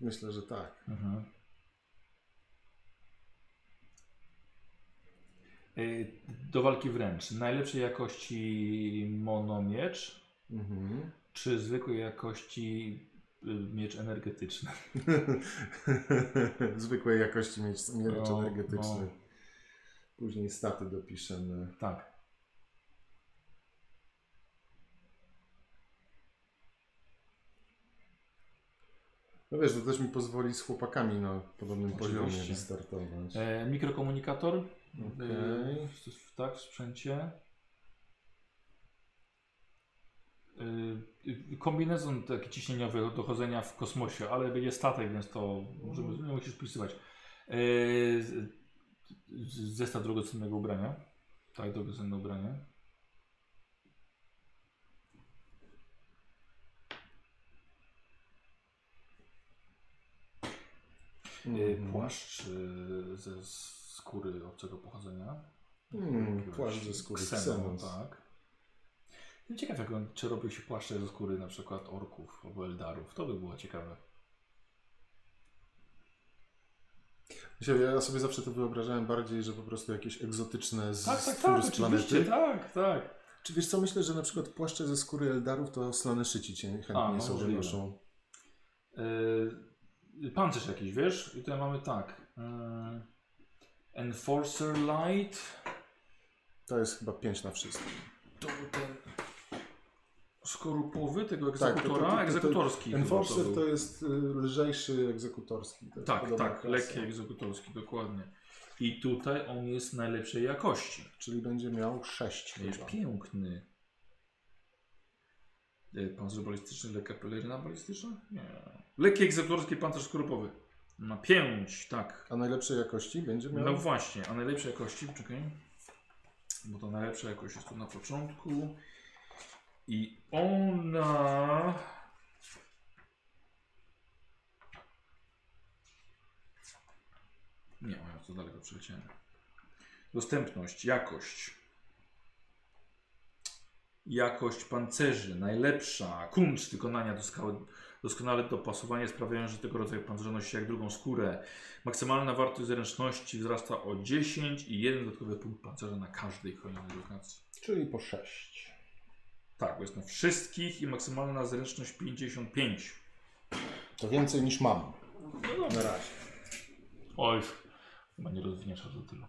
S2: Myślę, że tak.
S1: Mhm. Y, Do walki wręcz. Najlepszej jakości monomiecz,
S2: Mhm.
S1: czy zwykłej jakości y, miecz energetyczny?
S2: Zwykłej jakości mieć miecz
S1: No,
S2: energetyczny.
S1: no.
S2: Później staty dopiszemy.
S1: Tak.
S2: No wiesz, to też mi pozwoli z chłopakami na podobnym
S1: Oczywiście.
S2: poziomie startować.
S1: E, mikrokomunikator.
S2: Okej.
S1: E, w- w- tak, w sprzęcie. E, y, kombinezon taki ciśnieniowy do chodzenia w kosmosie, ale będzie statek, więc to możemy,
S2: Mhm.
S1: nie musisz wpisywać. E, z- z- zestaw drogocennego ubrania. Tak, drogocenne ubranie.
S2: Mhm. Mhm.
S1: E, Płaszcz e, ze skóry obcego pochodzenia.
S2: Mm,
S1: Jakiegoś
S2: płaszcz ze skóry ksenos.
S1: tak. Jestem ciekaw, jak on, czy robił się płaszcze ze skóry na przykład orków albo eldarów. To by było ciekawe.
S2: Myślę, Ja sobie zawsze to wyobrażałem bardziej, że po prostu jakieś egzotyczne z
S1: Tak, tak,
S2: stwór
S1: tak,
S2: z
S1: oczywiście,
S2: planety.
S1: tak, tak.
S2: Czy wiesz co, myślę, że na przykład płaszcze ze skóry Eldarów to slaneszyci cię chętnie
S1: A, no
S2: sobie
S1: możliwe.
S2: noszą.
S1: Yy, pancerz jakiś, wiesz? I tutaj mamy tak. Yy, Enforcer Light.
S2: To jest chyba pięć na wszystko.
S1: To był ten skorupowy tego
S2: Tak, to- to-
S1: egzekutora.
S2: to- to- to-
S1: egzekutorski. chyba
S2: Enforcer
S1: był.
S2: to jest y, lżejszy egzekutorski. To jest
S1: Tak,
S2: podobna
S1: tak,
S2: klasa.
S1: lekki egzekutorski, dokładnie. I tutaj on jest najlepszej jakości.
S2: Czyli będzie miał sześć.
S1: Jest
S2: chyba.
S1: piękny. E, Pancerz balistyczny, lekka peleryna balistyczna? Nie. Lekki egzemplarski pancerz skorupowy. Na pięć, tak.
S2: A najlepszej jakości będzie miał.
S1: No właśnie, a najlepszej jakości, czekaj. Bo to najlepsza jakość jest tu na początku. I ona... Nie, o, ja to daleko przeleciałem. Dostępność, jakość. Jakość pancerzy, najlepsza. Kunszt wykonania doskałe, doskonale dopasowanie sprawiają, że tego rodzaju pancerze nosi jak drugą skórę. Maksymalna wartość zręczności wzrasta o 10 i jeden dodatkowy punkt pancerza na każdej chronionej lokacji.
S2: Czyli po sześć.
S1: Tak, bo jest na wszystkich i maksymalna zręczność 55.
S2: To więcej niż mam.
S1: No
S2: Na razie.
S1: Oj, chyba nie rozwiniesz aż do tylu.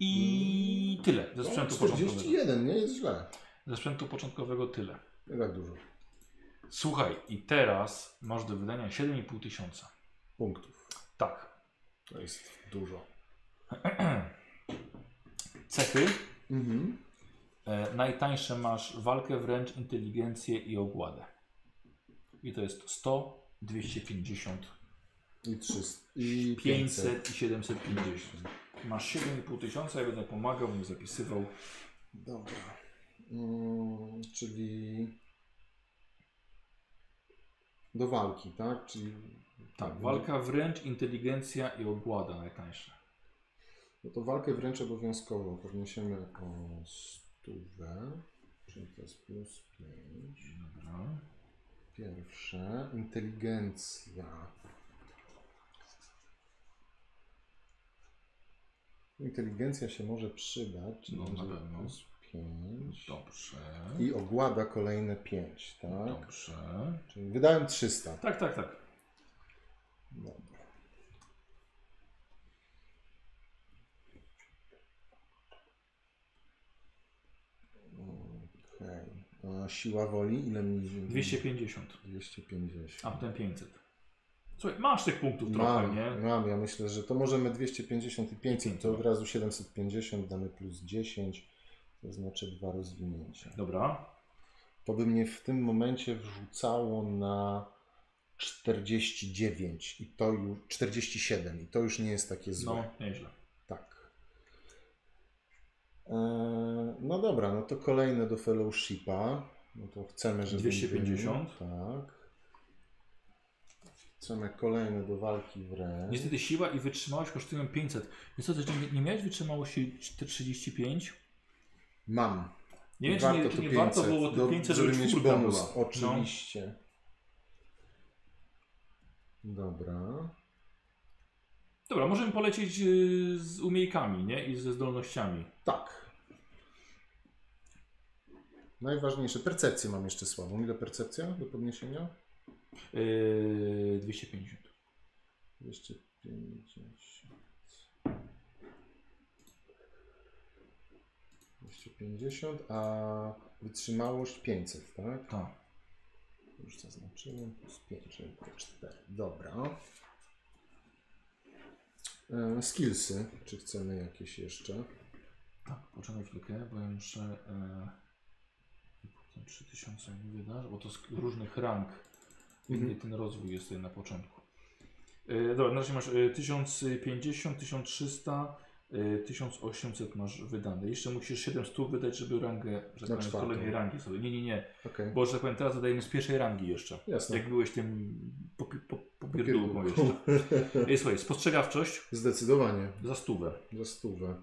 S1: I tyle. Ze sprzętu początkowego.
S2: 41, nie jest źle.
S1: Ze sprzętu początkowego tyle.
S2: Nie tak dużo
S1: Słuchaj, i teraz masz do wydania 7,5 tysiąca.
S2: punktów.
S1: Tak.
S2: To jest dużo.
S1: Cechy.
S2: Mhm.
S1: E, najtańsze masz walkę wręcz, inteligencję i ogładę. I to jest 100, 250,
S2: I 300. I 500.
S1: 500 i 750. Masz 7,5 tysiąca, ja będę pomagał, będę zapisywał.
S2: Dobra. Mm, czyli. Do walki, tak? Czyli.
S1: Tak, walka wręcz, inteligencja i ogłada najtańsze.
S2: No to walkę wręcz obowiązkowo podniesiemy o stówę, czyli to jest plus 5.
S1: Dobra.
S2: Pierwsze, inteligencja. Inteligencja się może przydać, czyli
S1: No, na
S2: będzie
S1: pewno.
S2: plus 5.
S1: Dobrze.
S2: I ogłada kolejne 5, tak?
S1: Dobrze.
S2: Czyli wydałem 300.
S1: Tak, tak, tak.
S2: Dobra. A siła woli, ile mi...
S1: 250,
S2: 250.
S1: a potem 500. Słuchaj, masz tych punktów trochę,
S2: Mam,
S1: nie? No.
S2: mam, ja myślę, że to możemy 250 i 500, to
S1: 500.
S2: od razu 750 damy plus 10, to znaczy dwa rozwinięcia.
S1: Dobra.
S2: To by mnie w tym momencie wrzucało na 49 i to już 47 i to już nie jest takie złe.
S1: No, nieźle.
S2: Tak. Eee, no dobra, no to kolejne do fellowshipa. No to chcemy, żeby.
S1: 250.
S2: Tak. Chcemy kolejne do walki wręcz.
S1: Niestety siła i wytrzymałość kosztują 500. Więc co, to, że nie, nie miałeś wytrzymałości 35?
S2: Mam.
S1: Nie wiem, czy
S2: Warto
S1: nie,
S2: to
S1: czy nie warto
S2: 500,
S1: było
S2: do-
S1: te 500,
S2: żeby
S1: żeby
S2: mieć
S1: czwórka
S2: bonus.
S1: była. No.
S2: Oczywiście. Dobra.
S1: Dobra, możemy polecieć y, z umiejkami, nie? I ze zdolnościami.
S2: Tak. Najważniejsze. Percepcję mam jeszcze słabą. Ile percepcja do podniesienia?
S1: Yy, 250.
S2: 250. 250, a wytrzymałość 500, tak?
S1: Tak.
S2: Już zaznaczyłem, plus 5, czyli 4. Dobra. E, Skillsy, czy chcemy jakieś jeszcze?
S1: Tak, poczekaj chwilkę, bo ja muszę... E, potem 3000 mi wydasz, bo to z różnych rank.
S2: Mhm.
S1: Inny ten rozwój jest tutaj na początku. E, dobra, na razie masz e, 1050, 1300, e, 1800 masz wydane. Jeszcze musisz 700 wydać, żeby rangę... że tak powiem, Z
S2: czwartą.
S1: kolejnej rangi sobie. Nie, nie, nie.
S2: Okej,
S1: Bo, że tak powiem, teraz dodajemy z pierwszej rangi jeszcze.
S2: jasne.
S1: Jak byłeś tym popi- po-
S2: Popierdółką.
S1: popierdółką jeszcze. Ej, słuchaj, spostrzegawczość
S2: Zdecydowanie,
S1: za stówę.
S2: za stówę.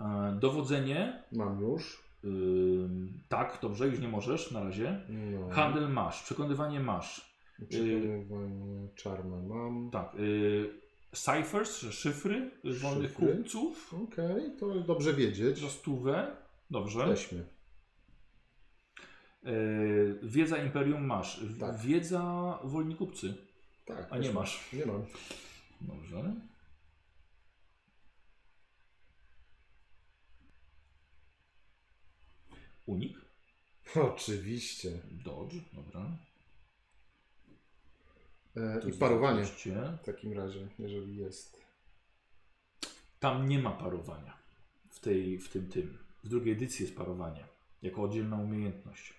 S1: E, dowodzenie,
S2: Mam już.
S1: ym, tak, dobrze, już nie możesz na razie.
S2: No.
S1: Handel masz, przekonywanie masz.
S2: Przekonywanie czarne mam.
S1: Y- Tak, y, ciphers, że szyfry y, wolnych
S2: Szyfry.
S1: kupców
S2: Okej, to dobrze wiedzieć.
S1: za stówę, dobrze.
S2: Weźmy.
S1: Y, wiedza Imperium masz, W-
S2: Tak.
S1: wiedza wolni kupcy,
S2: Tak.
S1: a nie
S2: weźmy.
S1: masz.
S2: Nie mam.
S1: Dobrze. Unik?
S2: Oczywiście.
S1: Dodge, dobra.
S2: E, I
S1: To
S2: parowanie
S1: zobaczcie.
S2: w takim razie, jeżeli jest.
S1: Tam nie ma parowania. W, tej, w tym tym. W drugiej edycji jest parowanie. Jako oddzielna umiejętność.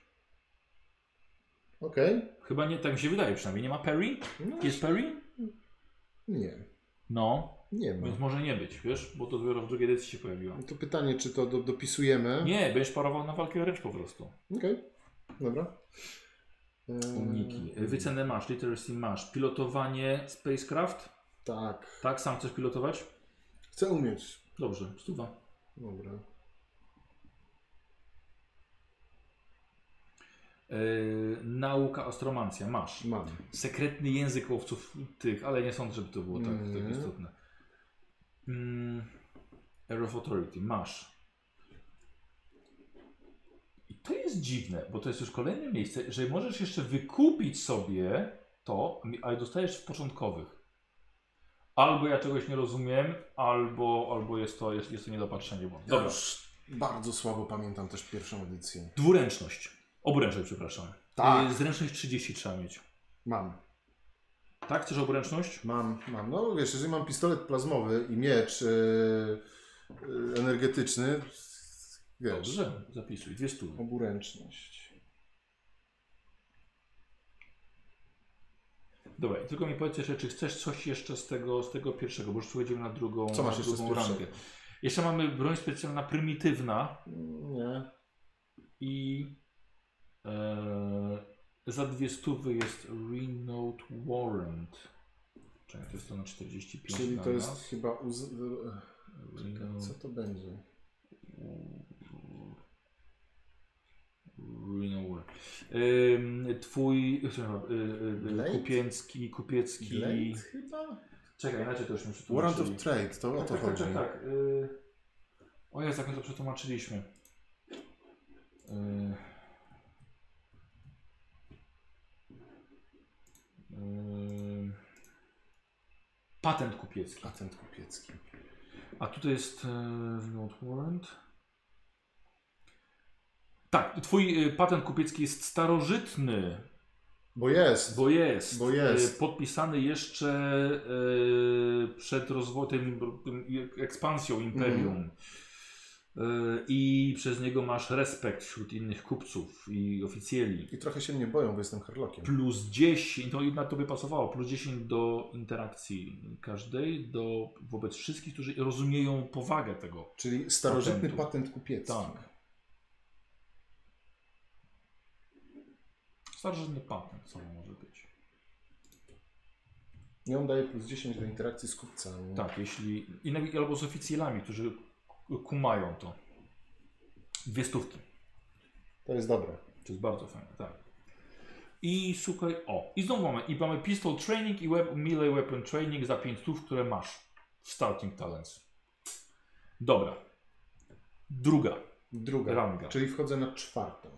S2: Okej.
S1: Chyba nie, tak mi się wydaje przynajmniej. Nie ma parry?
S2: No,
S1: Jest parry?
S2: nie,
S1: No,
S2: nie ma.
S1: więc może nie być, wiesz? Bo to dopiero w drugiej edycji się pojawiło.
S2: To pytanie, czy to do, dopisujemy?
S1: Nie, będziesz parował na walkę wręcz po prostu.
S2: Okej, dobra. E,
S1: Uniki. Wycenę Y, masz, literacy masz. Pilotowanie spacecraft.
S2: Tak.
S1: Tak, sam chcesz pilotować?
S2: Chcę umieć.
S1: Dobrze, stuwa.
S2: Dobra.
S1: Yy, nauka ostromancja masz.
S2: Mam.
S1: sekretny język łowców tych, ale nie sądzę, żeby to było tak,
S2: Mhm.
S1: tak istotne. Mm, Air of Authority, masz. I to jest dziwne, bo to jest już kolejne miejsce, że możesz jeszcze wykupić sobie to, ale dostajesz w początkowych. Albo ja czegoś nie rozumiem, albo, albo jest, to, jest, jest to niedopatrzenie. Bo...
S2: Ja
S1: Dobra.
S2: już bardzo słabo pamiętam też pierwszą edycję.
S1: Dwuręczność. Oburęczność, przepraszam.
S2: Tak.
S1: Y, Zręczność 30 trzeba mieć.
S2: Mam.
S1: Tak, chcesz oburęczność?
S2: Mam, mam. No wiesz, jeżeli mam pistolet plazmowy i miecz yy, yy, energetyczny, wiesz.
S1: Dobrze, zapisuj. Dwie stówy.
S2: Oburęczność.
S1: Dobra, i tylko mi powiedz jeszcze, czy chcesz coś jeszcze z tego, z tego pierwszego, bo już przejdziemy na drugą,
S2: Co masz
S1: na
S2: jeszcze z
S1: drugą
S2: pierwszego?
S1: rangę. Jeszcze mamy broń specjalna prymitywna
S2: Nie.
S1: i e, za dwie stówy jest Renote Warrant. Czekaj, to jest to na 45
S2: Czyli
S1: dla
S2: to jest
S1: nas.
S2: chyba. Uz... e,
S1: Renote-
S2: Co to będzie?
S1: Renote. Ym, Twój y, y, y,
S2: Blade?
S1: kupiecki, kupiecki.
S2: Blade chyba?
S1: Czekaj, inaczej to już mi
S2: Warrant
S1: przetłumaczyli.
S2: of Trade, to o to
S1: tak,
S2: chodzi.
S1: Tak, tak, tak. Y... O jest, jak my to przetłumaczyliśmy. Y... Y... Patent kupiecki.
S2: Patent kupiecki.
S1: A tutaj jest y... remote warrant. Tak, twój y, patent kupiecki jest starożytny,
S2: Bo jest.
S1: bo jest.
S2: Bo jest.
S1: y, Podpisany jeszcze y, przed rozwojem, tym ekspansją
S2: Mhm.
S1: imperium. Y, I przez niego masz respekt wśród innych kupców i oficjeli.
S2: I trochę się mnie boją, bo jestem harlokiem.
S1: Plus 10, to i na to by pasowało, plus 10 do interakcji każdej, do, wobec wszystkich, którzy rozumieją powagę tego.
S2: Czyli starożytny
S1: Patentu.
S2: patent kupiecki.
S1: Tak. Starożytny patent, co może być.
S2: I on daje plus 10 do interakcji z kupcami.
S1: Tak, jeśli. I nawet- albo z oficjalami, którzy kumają to. Dwie stówki.
S2: To jest dobre.
S1: To jest bardzo fajne, tak. I słuchaj, o. I znowu mamy. I mamy pistol training i web, melee weapon training za 5 stów, które masz w Starting Talents. Dobra. Druga
S2: Druga.
S1: ranga.
S2: Czyli wchodzę na czwartą.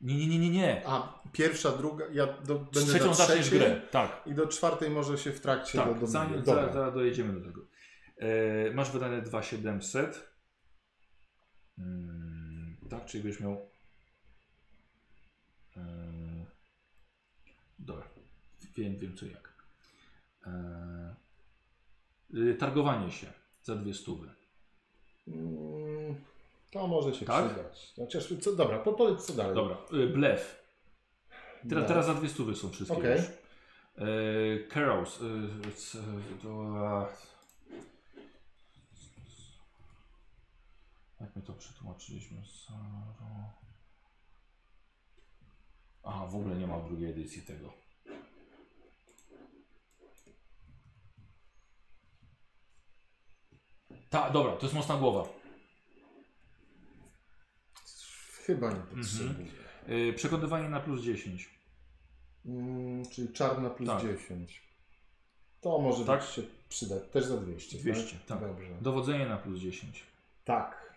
S1: Nie, nie, nie, nie, nie.
S2: A pierwsza, druga, ja do,
S1: Z
S2: będę
S1: trzecią
S2: na
S1: zaczniesz
S2: trzeciej
S1: grę. Tak.
S2: I do czwartej może się w trakcie
S1: Tak,
S2: do, do
S1: zanim,
S2: Dobra.
S1: zaraz, zaraz dojedziemy do tego. E, masz wydane 2700. Mm, tak, czyli byś miał. E, dobra, wiem, wiem co jak. E, y, targowanie się za dwie stówy.
S2: Mm, To może się
S1: Tak?
S2: przydać. Chociaż, co, dobra, po, powiedz co dalej. No,
S1: Dobra, y, blef. Teraz,
S2: Dobra.
S1: teraz za dwie stówy są wszystkie
S2: Okej.
S1: już. E, Carols. E, c- to, a... Jak my to przetłumaczyliśmy? Saro- Aha, w ogóle nie ma drugiej edycji tego. Ta, dobra, to jest mocna głowa.
S2: Chyba nie
S1: Mhm.
S2: potrzebuję.
S1: E, przekonywanie na plus 10.
S2: Mm, czyli czarna plus
S1: Tak.
S2: 10. To może
S1: Tak?
S2: być się przydać. Też za 200.
S1: 200, tak.
S2: Dobrze.
S1: Dowodzenie na plus 10.
S2: Tak.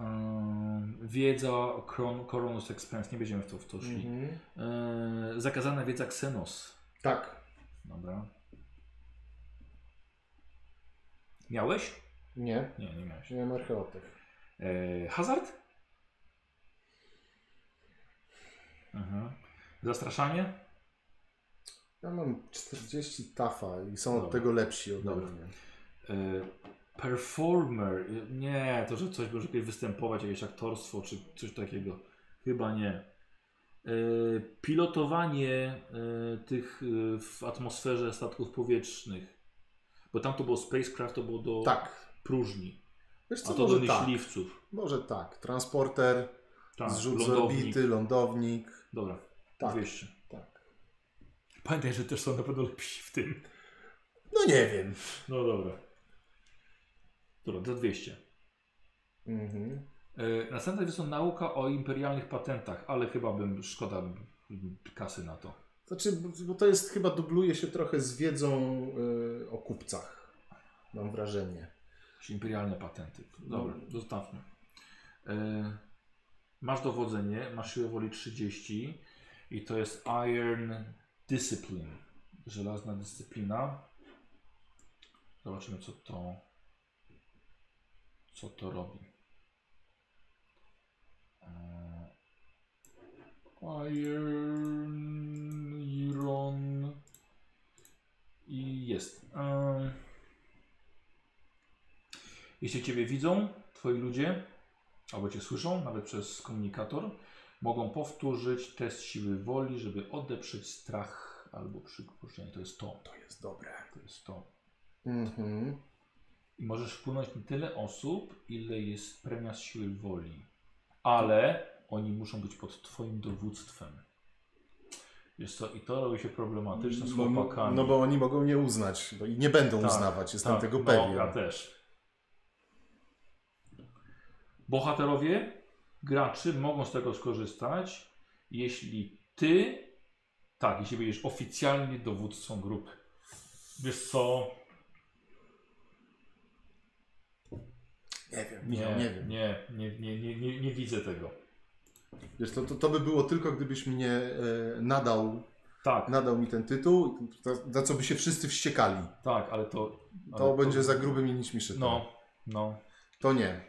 S1: Ym, Ehm, Wiedza o Kron, Koronus Expense, nie będziemy w to, w to szli.
S2: Mhm.
S1: Yy, zakazana wiedza Xenos.
S2: Tak.
S1: Dobra. Miałeś?
S2: Nie.
S1: Nie, nie miałeś.
S2: Miałem archeotych.
S1: Yy, hazard? Mhm. Zastraszanie?
S2: Ja mam 40 tafa i są od
S1: Dobra.
S2: tego lepsi ode
S1: Dobra.
S2: mnie.
S1: Yy, performer? Yy, Nie, to, że coś może jakieś występować, jakieś aktorstwo czy coś takiego. Chyba nie. Yy, pilotowanie yy, tych yy, w atmosferze statków powietrznych. Bo tam to było spacecraft, to było do
S2: Tak.
S1: próżni,
S2: Wiesz
S1: a
S2: co,
S1: to do
S2: może tak.
S1: myśliwców.
S2: Może tak. Transporter,
S1: Tak,
S2: zrzut z
S1: lądownik.
S2: orbity, lądownik.
S1: Dobra,
S2: Tak.
S1: 200.
S2: Tak.
S1: Pamiętaj, że też są na pewno lepsi w tym.
S2: No nie wiem.
S1: No dobra. Dobra, za 200.
S2: Mhm.
S1: E, Następna jest to nauka o imperialnych patentach, ale chyba bym, szkoda mm, kasy na to.
S2: Znaczy, bo- bo to jest chyba dubluje się trochę z wiedzą y, o kupcach. Mam wrażenie.
S1: Czyli imperialne patenty. Dobra, zostawmy. E, Masz dowodzenie, masz siłę woli 30 i to jest Iron Discipline. Żelazna dyscyplina. Zobaczymy co to co to robi. E, Iron Iron i jest. E, jeśli Ciebie widzą, Twoi ludzie, albo Cię słyszą, nawet przez komunikator, mogą powtórzyć test siły woli, żeby odeprzeć strach albo przypuszczenie. To jest to.
S2: To jest dobre.
S1: To jest to.
S2: Mhm.
S1: I możesz wpłynąć na tyle osób, ile jest premia z siły woli. Ale oni muszą być pod Twoim dowództwem. Wiesz co, i to robi się problematyczne z
S2: Bo,
S1: chłopakami.
S2: no bo oni mogą nie uznać bo, i nie będą
S1: Tak,
S2: uznawać, jestem
S1: Tak,
S2: tego
S1: no,
S2: pewien.
S1: Ja też. Bohaterowie, graczy mogą z tego skorzystać, jeśli ty, tak, jeśli będziesz oficjalnie dowódcą grupy. Wiesz co?
S2: Nie wiem, nie, nie wiem.
S1: Nie, nie, nie, nie, nie, nie widzę tego.
S2: Wiesz, to, to, to by było tylko, gdybyś mnie e, nadał,
S1: Tak,
S2: nadał mi ten tytuł, za, za co by się wszyscy wściekali.
S1: tak, ale to...
S2: To
S1: ale
S2: będzie za grubym i niczym
S1: No, no.
S2: To nie.
S1: E,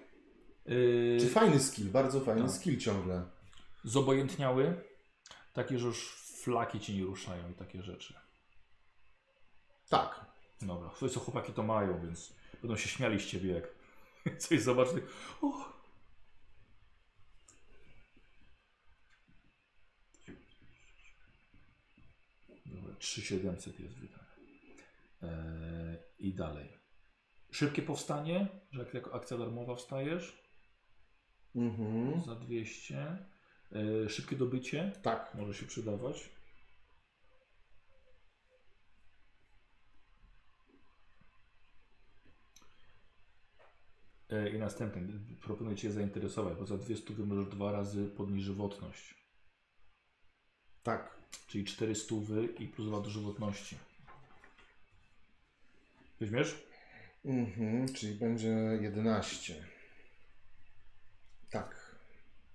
S1: Yy,
S2: Czy fajny skill, bardzo fajny
S1: Tak.
S2: skill ciągle.
S1: zobojętniały, takie, że już flaki cię nie ruszają i takie rzeczy.
S2: Tak.
S1: Dobra, słuchaj, co chłopaki to mają, więc będą się śmiali z ciebie, jak coś zobaczy. O! Dobra, 3700 jest wydane. Eee, I dalej. Szybkie powstanie, że jak jako akcja darmowa wstajesz
S2: Mhm.
S1: za 200. Eee, szybkie dobycie
S2: Tak.
S1: może się przydawać. E, I następny. Proponuję Cię zainteresować, bo za 200 możesz dwa razy podnieść żywotność.
S2: Tak.
S1: Czyli 400 i plus 2 do żywotności. Weźmiesz?
S2: Mhm. Czyli będzie 11. Tak.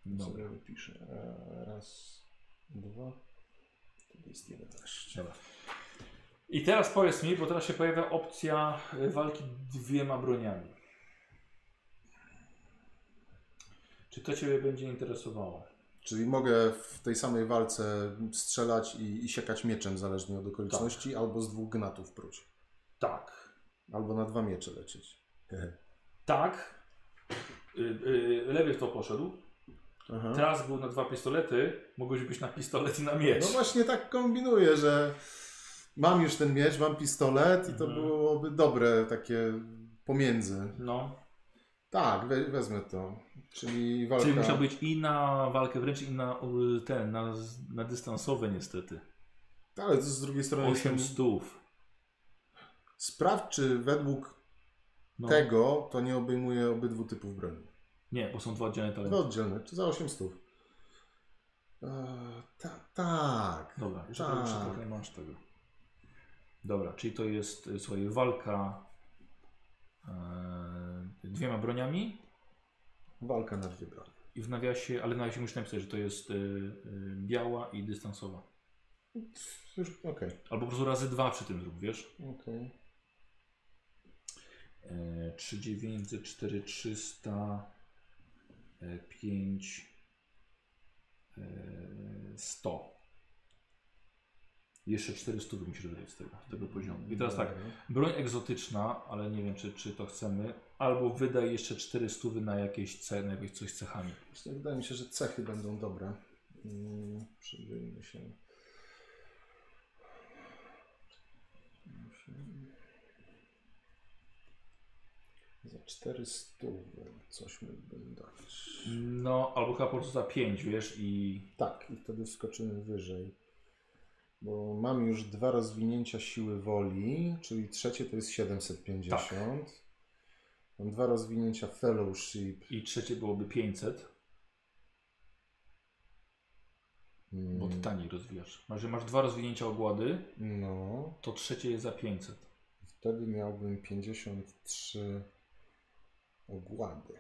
S2: Dobra. Sobie wypiszę. E, Raz, dwa. To jest 11.
S1: Dobra. I teraz powiedz mi, bo teraz się pojawia opcja y, walki dwiema broniami. Czy to Ciebie będzie interesowało?
S2: Czyli mogę w tej samej walce strzelać i, i siekać mieczem zależnie od okoliczności, albo z dwóch gnatów pruć.
S1: Tak.
S2: Albo na dwa miecze lecieć.
S1: Tak. Y, y, lewy w to poszedł.
S2: Aha.
S1: Teraz był na dwa pistolety. Mogłeś być na pistolet i na miecz.
S2: No właśnie tak kombinuję, że mam już ten miecz, mam pistolet i to
S1: Mhm.
S2: byłoby dobre takie pomiędzy.
S1: No.
S2: Tak, we, wezmę to. Czyli walka...
S1: Czyli musiał być i na walkę wręcz, i na y, ten, na, z- na dystansowe niestety.
S2: Ale z drugiej strony jestem...
S1: 8 stów.
S2: Sprawdź, czy według
S1: No.
S2: tego to nie obejmuje obydwu typów broni.
S1: Nie, bo są dwa oddzielne
S2: Dwa
S1: talenty.
S2: oddzielne, czy za 8 stów. Eee, ta, tak.
S1: Dobra, już
S2: Tak.
S1: tak. nie masz tego. Dobra, czyli to jest, y, słuchaj, walka e, dwiema broniami
S2: Walka na dwie broni.
S1: i w nawiasie, ale w nawiasie musisz napisać, że to jest y, y, biała i dystansowa.
S2: Już, okej.
S1: Albo po prostu razy dwa przy tym zrób, wiesz?
S2: okej.
S1: E, 3, 900, 4, 300, e, 5, e, 100. Jeszcze 400 bym się dodać z tego, z tego poziomu. I teraz tak, broń egzotyczna, ale nie wiem czy, czy to chcemy, albo wydaj jeszcze 400 na jakieś ceny, jakieś coś z cechami.
S2: Właśnie wydaje mi się, że cechy będą dobre. Mm, Przyjrzyjmy się. Za 400 coś mógłbym dać.
S1: No, albo chyba po prostu za 5, wiesz, i
S2: Tak, i wtedy skoczymy wyżej. Bo mam już dwa rozwinięcia siły woli, czyli trzecie to jest 750.
S1: Tak.
S2: Mam dwa rozwinięcia fellowship.
S1: i trzecie byłoby 500, bo tak. ty
S2: Mm,
S1: taniej rozwijasz. Masz, masz dwa rozwinięcia ogłady,
S2: No,
S1: to trzecie jest za 500.
S2: Wtedy miałbym 53 ogłady.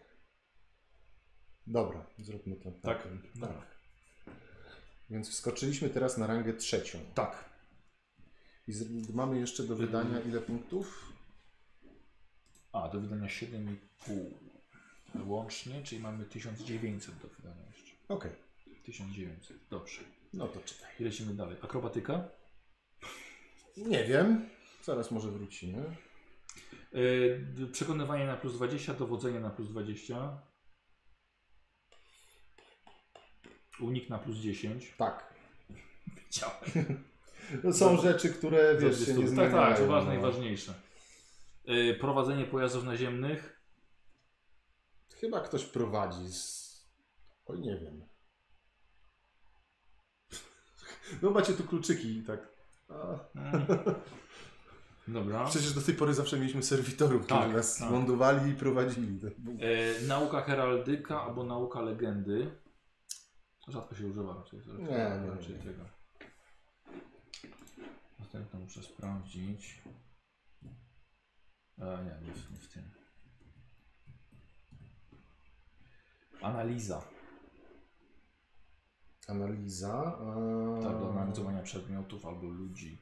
S2: Dobra, zróbmy to.
S1: Tak, dobra.
S2: tak. Więc wskoczyliśmy teraz na rangę trzecią.
S1: Tak.
S2: I z, mamy jeszcze do wydania
S1: Mhm.
S2: ile punktów?
S1: A, do wydania 7,5 łącznie, czyli mamy 1900 do wydania jeszcze.
S2: Okej,
S1: 1900, dobrze.
S2: no to czytaj.
S1: I lecimy dalej. Akrobatyka.
S2: Nie wiem. Zaraz może wrócimy.
S1: Yy, d- przekonywanie na plus 20, dowodzenie na plus 20. Unik na plus 10.
S2: Tak.
S1: Wiedziałem.
S2: No są rzeczy, które wiesz, się nie
S1: tak,
S2: zmieniają.
S1: tak, to ważne i
S2: no.
S1: ważniejsze. Yy, prowadzenie pojazdów naziemnych.
S2: Chyba ktoś prowadzi z... Oj, nie wiem. No macie tu kluczyki, tak. A,
S1: Mm. Dobra.
S2: Przecież do tej pory zawsze mieliśmy serwitorów,
S1: Tak,
S2: którzy nas
S1: tak.
S2: lądowali i prowadzili. To był-
S1: Yy, nauka heraldyka albo nauka legendy. Rzadko się używa raczej,
S2: Nie, nie, nie.
S1: raczej tego. Następną muszę sprawdzić. A nie, nie w, nie w tym. Analiza.
S2: Analiza. A...
S1: Tak, do analizowania przedmiotów albo ludzi.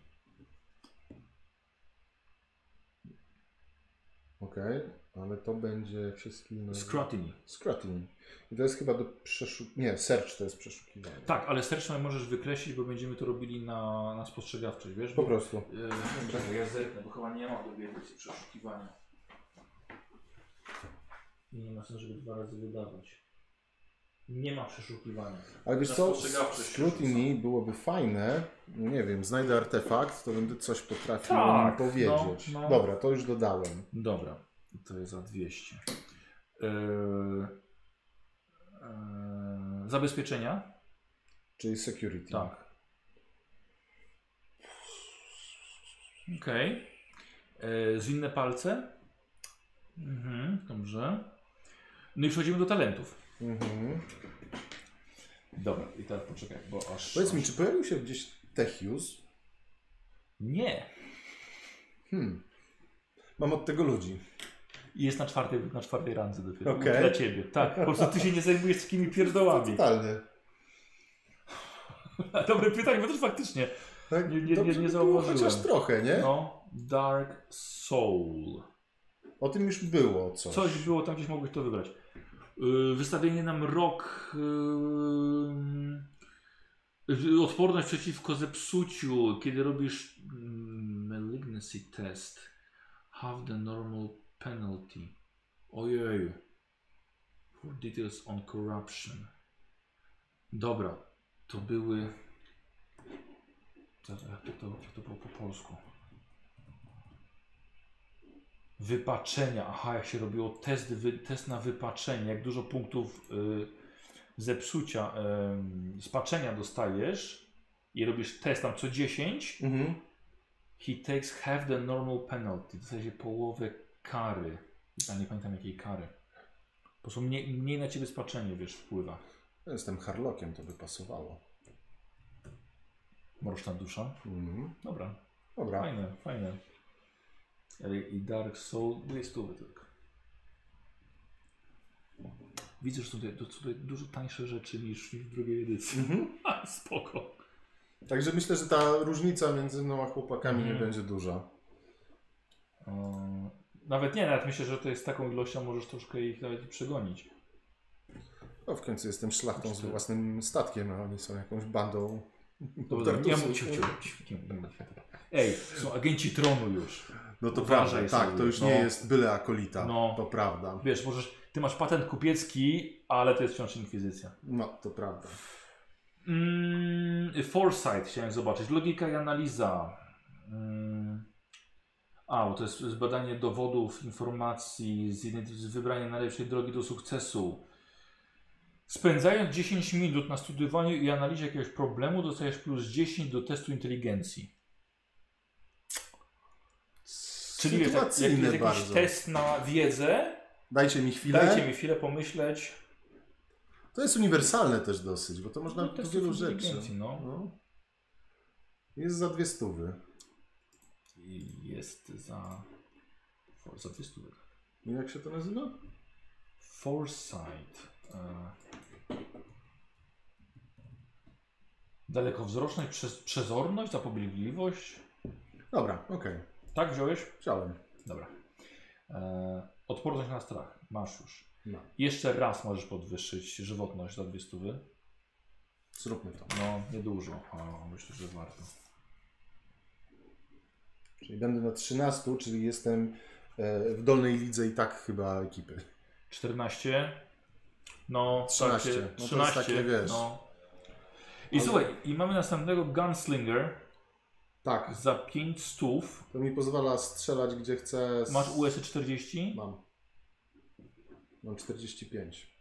S2: Okej. Ale to będzie, jak się skillnął...
S1: Scrutiny.
S2: Scrutiny. I to jest chyba do przeszukiwania... Nie, search to jest przeszukiwanie.
S1: Tak, ale streszczone możesz wykreślić, bo będziemy to robili na, na spostrzegawczej, wiesz?
S2: Po prostu.
S1: Yy, czekaj, ja zerknę, bo chyba nie mam drugiej edycji przeszukiwania. I nie ma sensu, żeby dwa razy wydawać. Nie ma przeszukiwania.
S2: Ale wiesz
S1: Na
S2: co,
S1: spostrzegawczość się
S2: scrutiny
S1: rzuca.
S2: byłoby fajne, no nie wiem, znajdę artefakt, to będę coś potrafił
S1: Tak,
S2: mi powiedzieć.
S1: no, no.
S2: Dobra, to już dodałem.
S1: Dobra, to jest za 200. Yy, yy, zabezpieczenia?
S2: Czyli security.
S1: Tak. Okej. Okay. Zwinne palce? Mhm, dobrze. No i przechodzimy do talentów.
S2: Mhm.
S1: Dobra, i teraz poczekaj, bo aż...
S2: Powiedz mi, czy pojawił się gdzieś Techius?
S1: Nie.
S2: Hmm. Mam od tego ludzi.
S1: I jest na czwartej, na czwartej randze dopiero.
S2: Okej.
S1: Dla ciebie, tak. Po prostu ty się nie zajmujesz takimi pierdołami.
S2: Totalnie.
S1: Dobre pytanie, bo też faktycznie.
S2: Tak?
S1: Nie- nie- nie-
S2: Dobrze
S1: nie
S2: by było
S1: zauważyłem.
S2: Chociaż trochę, nie?
S1: No, Dark Soul.
S2: O tym już było coś.
S1: Coś było tam, gdzieś mogłeś to wybrać. Yy, wystawienie nam rok. Yy, yy, odporność przeciwko zepsuciu, kiedy robisz yy, malignancy test. Have the normal penalty. Ojej. For details on corruption. Dobra, to były. Zaraz, Jak to, to, jak to było po polsku? wypaczenia. Aha, jak się robiło test, wy, test na wypaczenie, jak dużo punktów y, zepsucia, y, spaczenia dostajesz i robisz test tam co 10,
S2: Mhm.
S1: he takes half the normal penalty, w zasadzie połowę kary. A nie pamiętam jakiej kary. Po prostu mniej, mniej na ciebie spaczenie, wiesz, wpływa.
S2: Ja Jestem harlokiem, to by pasowało.
S1: Mroczna dusza.
S2: Mhm.
S1: Dobra,
S2: Dobra.
S1: fajne, fajne. Ale I Dark Soul, no dwie stówy tylko. Widzę, że są tutaj, to są tutaj dużo tańsze rzeczy niż w drugiej edycji.
S2: Mhm.
S1: A, spoko.
S2: Także myślę, że ta różnica między mną a chłopakami nie
S1: Mhm.
S2: będzie duża.
S1: Mm, Nawet nie, nawet myślę, że to jest taką ilością, możesz troszkę ich nawet i przegonić.
S2: No w końcu jestem szlachtą z
S1: Cztery.
S2: własnym statkiem, a oni są jakąś bandą.
S1: Dobra, nie
S2: Tartusów.
S1: mów, ciu, ciu, ciu, nie mów. Ej, są agenci tronu już.
S2: No to
S1: Uważaj
S2: prawda, tak,
S1: sobie,
S2: to już
S1: no.
S2: nie jest byle akolita,
S1: No.
S2: to prawda.
S1: Wiesz, możesz, ty masz patent kupiecki, ale to jest wciąż inkwizycja.
S2: No, to prawda.
S1: Mm, foresight chciałem zobaczyć. Logika i analiza. Mm. A, bo to jest zbadanie dowodów, informacji, zidenty- z wybranie najlepszej drogi do sukcesu. Spędzając 10 minut na studiowaniu i analizie jakiegoś problemu, dostajesz plus 10 do testu inteligencji. Czyli jest, jak, jak
S2: Sytuacyjne
S1: jest jakiś
S2: bardzo.
S1: test na wiedzę,
S2: Dajcie mi chwilę.
S1: dajcie mi chwilę pomyśleć.
S2: To jest uniwersalne też dosyć, bo to można
S1: No,
S2: do
S1: testów
S2: wielu rzeczy.
S1: inteligencji, no.
S2: No. Jest za dwie stówy.
S1: I jest za. for- za 200 zł.
S2: I jak się to nazywa?
S1: Foresight. E... Dalekowzroczność, przez, przezorność, zapobiegliwość.
S2: Dobra, okej.
S1: Tak wziąłeś?
S2: Chciałem.
S1: Dobra. E... Odporność na strach. Masz już.
S2: No.
S1: Jeszcze raz możesz podwyższyć żywotność za 200 zł.
S2: Zróbmy to.
S1: No, niedużo. A, myślę, że warto.
S2: Czyli będę na 13, czyli jestem e, w dolnej lidze i tak chyba ekipy.
S1: 14. No,
S2: 13.
S1: Takie,
S2: No to jest
S1: 13.
S2: takie, wiesz.
S1: no. I słuchaj, i mamy następnego Gunslinger
S2: Tak.
S1: za 5 stów.
S2: To mi pozwala strzelać gdzie chcę. z-
S1: Masz USy 40?
S2: Mam. Mam 45.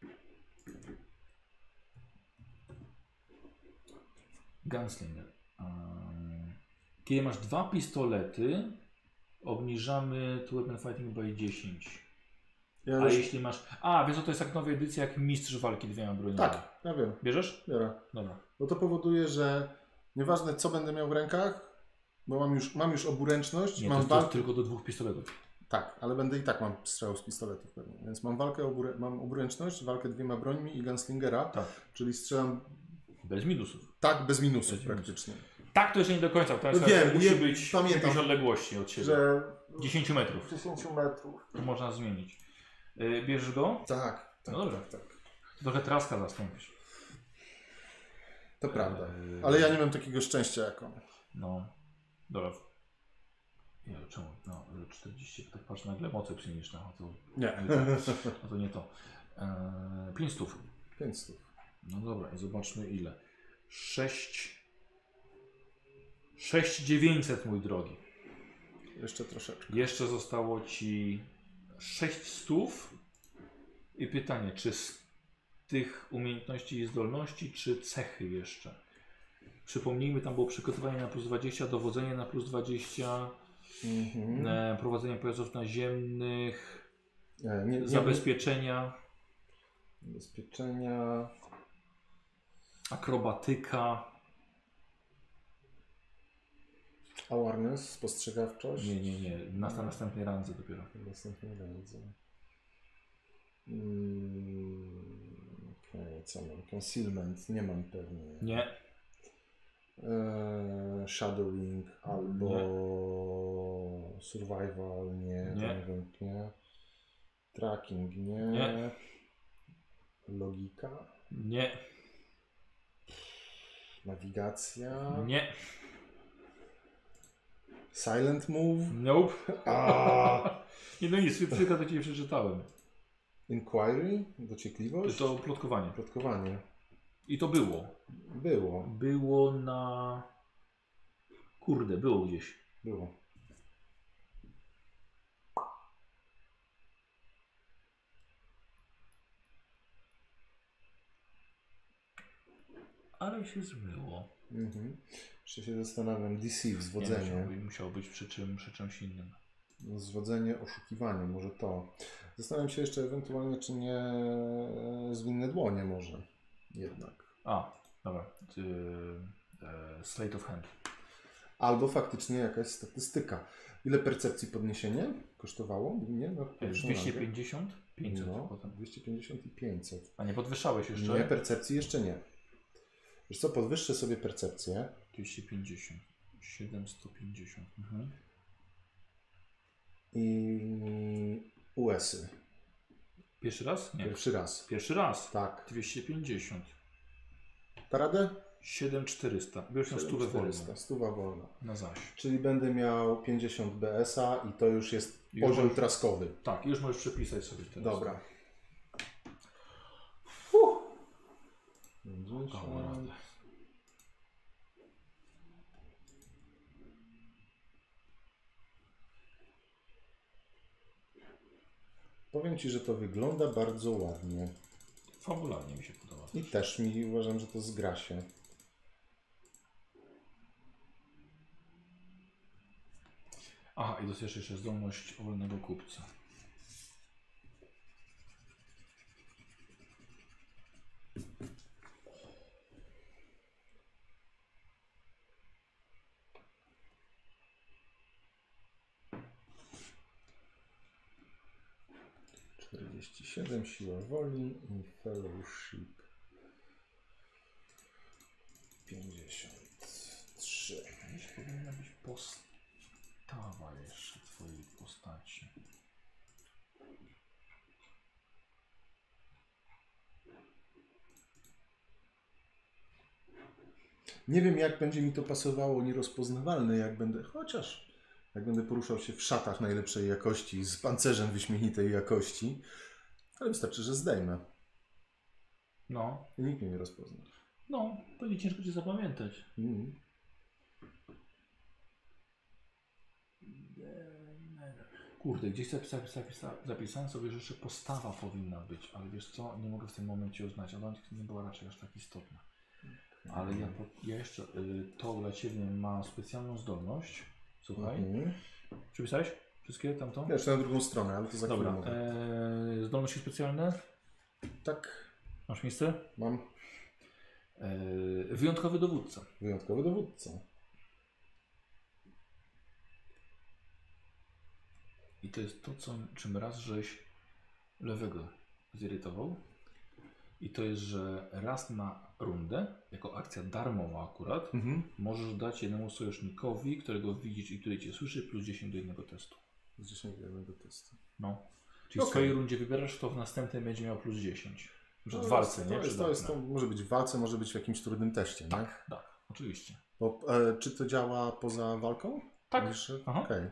S1: Gunslinger. Ehm, Kiedy masz dwa pistolety, obniżamy to weapon fighting by 10.
S2: Ja
S1: A
S2: już...
S1: jeśli masz... A, wiesz co, to jest jak nowa edycja, jak mistrz walki dwiema broniami.
S2: Tak, ja wiem.
S1: Bierzesz?
S2: Biorę.
S1: Dobra.
S2: Bo to powoduje, że nieważne co będę miał w rękach, bo mam już, mam już oburęczność,
S1: Nie, to
S2: mam
S1: jest to
S2: walkę.
S1: tylko do dwóch pistoletów.
S2: Tak, ale będę i tak mam strzał z pistoletów pewnie. Więc mam walkę, oburę... mam oburęczność, walkę dwiema brońmi i gunslingera,
S1: Tak.
S2: czyli strzelam
S1: Bez minusów.
S2: tak bez minusów
S1: Bez minusów.
S2: praktycznie.
S1: Tak to jeszcze nie do końca, bo tam
S2: No wiem,
S1: musi
S2: nie-
S1: być
S2: pamiętam.
S1: jakieś odległości od siebie.
S2: Że
S1: 10 metrów.
S2: 10 metrów.
S1: To można zmienić. Y, Bierzesz go?
S2: Tak, tak,
S1: No dobra.
S2: tak, tak.
S1: Trochę traska zastąpisz.
S2: To prawda.
S1: Y,
S2: Ale ja nie mam takiego szczęścia jak on.
S1: No. Dobra. Ja czemu? No, 40, tak patrz nagle mocy przyjmiesz na to.
S2: Nie.
S1: No to nie to. Eee, 5 stów.
S2: Pięć stów.
S1: No dobra, i zobaczmy ile. 6. 6900, mój drogi.
S2: Jeszcze troszeczkę.
S1: Jeszcze zostało ci 6 stów. I pytanie, czy z tych umiejętności i zdolności, czy cechy jeszcze? Przypomnijmy, tam było przygotowanie na plus 20, dowodzenie na plus 20,
S2: Mhm.
S1: e, prowadzenie pojazdów naziemnych,
S2: E, nie, nie,
S1: zabezpieczenia,
S2: Zabezpieczenia.
S1: akrobatyka.
S2: Awareness, spostrzegawczość.
S1: Nie, nie, nie. Na, na następnej randze dopiero.
S2: Następnie wiedzę. Mm, Okej, co mam? Concealment nie mam pewnie.
S1: Nie,
S2: E, shadowing albo survival nie,
S1: Nie.
S2: nie. nie. Tracking nie.
S1: Nie.
S2: Logika,
S1: nie,
S2: nawigacja,
S1: nie,
S2: silent move,
S1: nope.
S2: A.
S1: Nie, no nic, tylko to ci nie przeczytałem.
S2: inquiry, dociekliwość,
S1: To plotkowanie.
S2: plotkowanie.
S1: I to było.
S2: Było,
S1: Było na... Kurde, było gdzieś.
S2: było.
S1: Ale się zmyło.
S2: Mhm. Jeszcze się zastanawiam, deceive,
S1: Nie,
S2: zwodzenie.
S1: musiał, musiał być przy, czym, przy czymś innym.
S2: Zwodzenie, oszukiwanie, może to. Zastanawiam się jeszcze ewentualnie, czy nie e, zwinne dłonie może jednak.
S1: A, dobra. Yy, e, slate of hand.
S2: Albo faktycznie jakaś statystyka. Ile percepcji podniesienie kosztowało? Nie, no, na
S1: E,
S2: pierwszą rangę?
S1: 250? 500
S2: no,
S1: potem.
S2: 250 i 500.
S1: A nie podwyższałeś jeszcze?
S2: Nie, percepcji jeszcze nie. Wiesz co, podwyższę sobie percepcję.
S1: 250. 750. Mhm.
S2: I USy.
S1: Pierwszy raz? Nie.
S2: Pierwszy raz.
S1: Pierwszy raz.
S2: Tak.
S1: 250.
S2: Ta radę?
S1: 7400. Biorę stówę wolną.
S2: 400, Stuwa wolna.
S1: Na zaś.
S2: Czyli będę miał 50 BS-a i to już jest
S1: Już
S2: poziom
S1: możesz-
S2: traskowy.
S1: Tak, już możesz przepisać sobie teraz.
S2: Dobra.
S1: Dało radę.
S2: Powiem Ci, że to wygląda bardzo ładnie.
S1: Fabularnie mi się podoba.
S2: I też mi uważam, że to zgra się.
S1: Aha, i dostajesz jeszcze zdolność wolnego kupca.
S2: Czterdzieści siedem siła woli i fellowship. pięćdziesiąt trzy.
S1: Gdzieś powinna być postawa jeszcze twojej postaci.
S2: Nie wiem, jak będzie mi to pasowało nierozpoznawalne, jak będę. Chociaż jak będę poruszał się w szatach najlepszej jakości, z pancerzem wyśmienitej jakości. Ale wystarczy, że zdejmę.
S1: No,
S2: I nikt mnie nie rozpozna.
S1: no, będzie ciężko cię zapamiętać.
S2: Mm.
S1: Kurde, gdzieś zapisa, zapisa, zapisałem sobie, że jeszcze postawa powinna być, ale wiesz co, nie mogę w tym momencie uznać, ale ona nie była raczej aż tak istotna. Ale ja, po- ja jeszcze, y, to dla Ciebie ma specjalną zdolność, słuchaj.
S2: Mhm.
S1: Przypisałeś wszystkie tamto?
S2: Ja Jeszcze na drugą stronę, ale to za
S1: Dobra,
S2: chwilę. mówię.
S1: e, zdolności specjalne,
S2: Tak,
S1: masz miejsce?
S2: mam
S1: E, wyjątkowy dowódca.
S2: wyjątkowy dowódca.
S1: I to jest to, co, czym raz żeś lewego zirytował. I to jest, że raz na rundę, jako akcja darmowa akurat,
S2: Mhm.
S1: Możesz dać jednemu sojusznikowi, którego widzisz i który cię słyszy, plus 10 do innego testu.
S2: Plus 10 do jednego testu.
S1: No. Czyli w
S2: Okej.
S1: swojej rundzie wybierasz, to w następnej będzie miał plus 10. Przed walce, nie? no.
S2: To, jest, to, jest, to może być w walce, może być w jakimś trudnym teście, nie?
S1: Tak, tak, oczywiście.
S2: Bo, e, czy to działa poza walką?
S1: Tak.
S2: Jeszcze?
S1: Aha.
S2: Okej.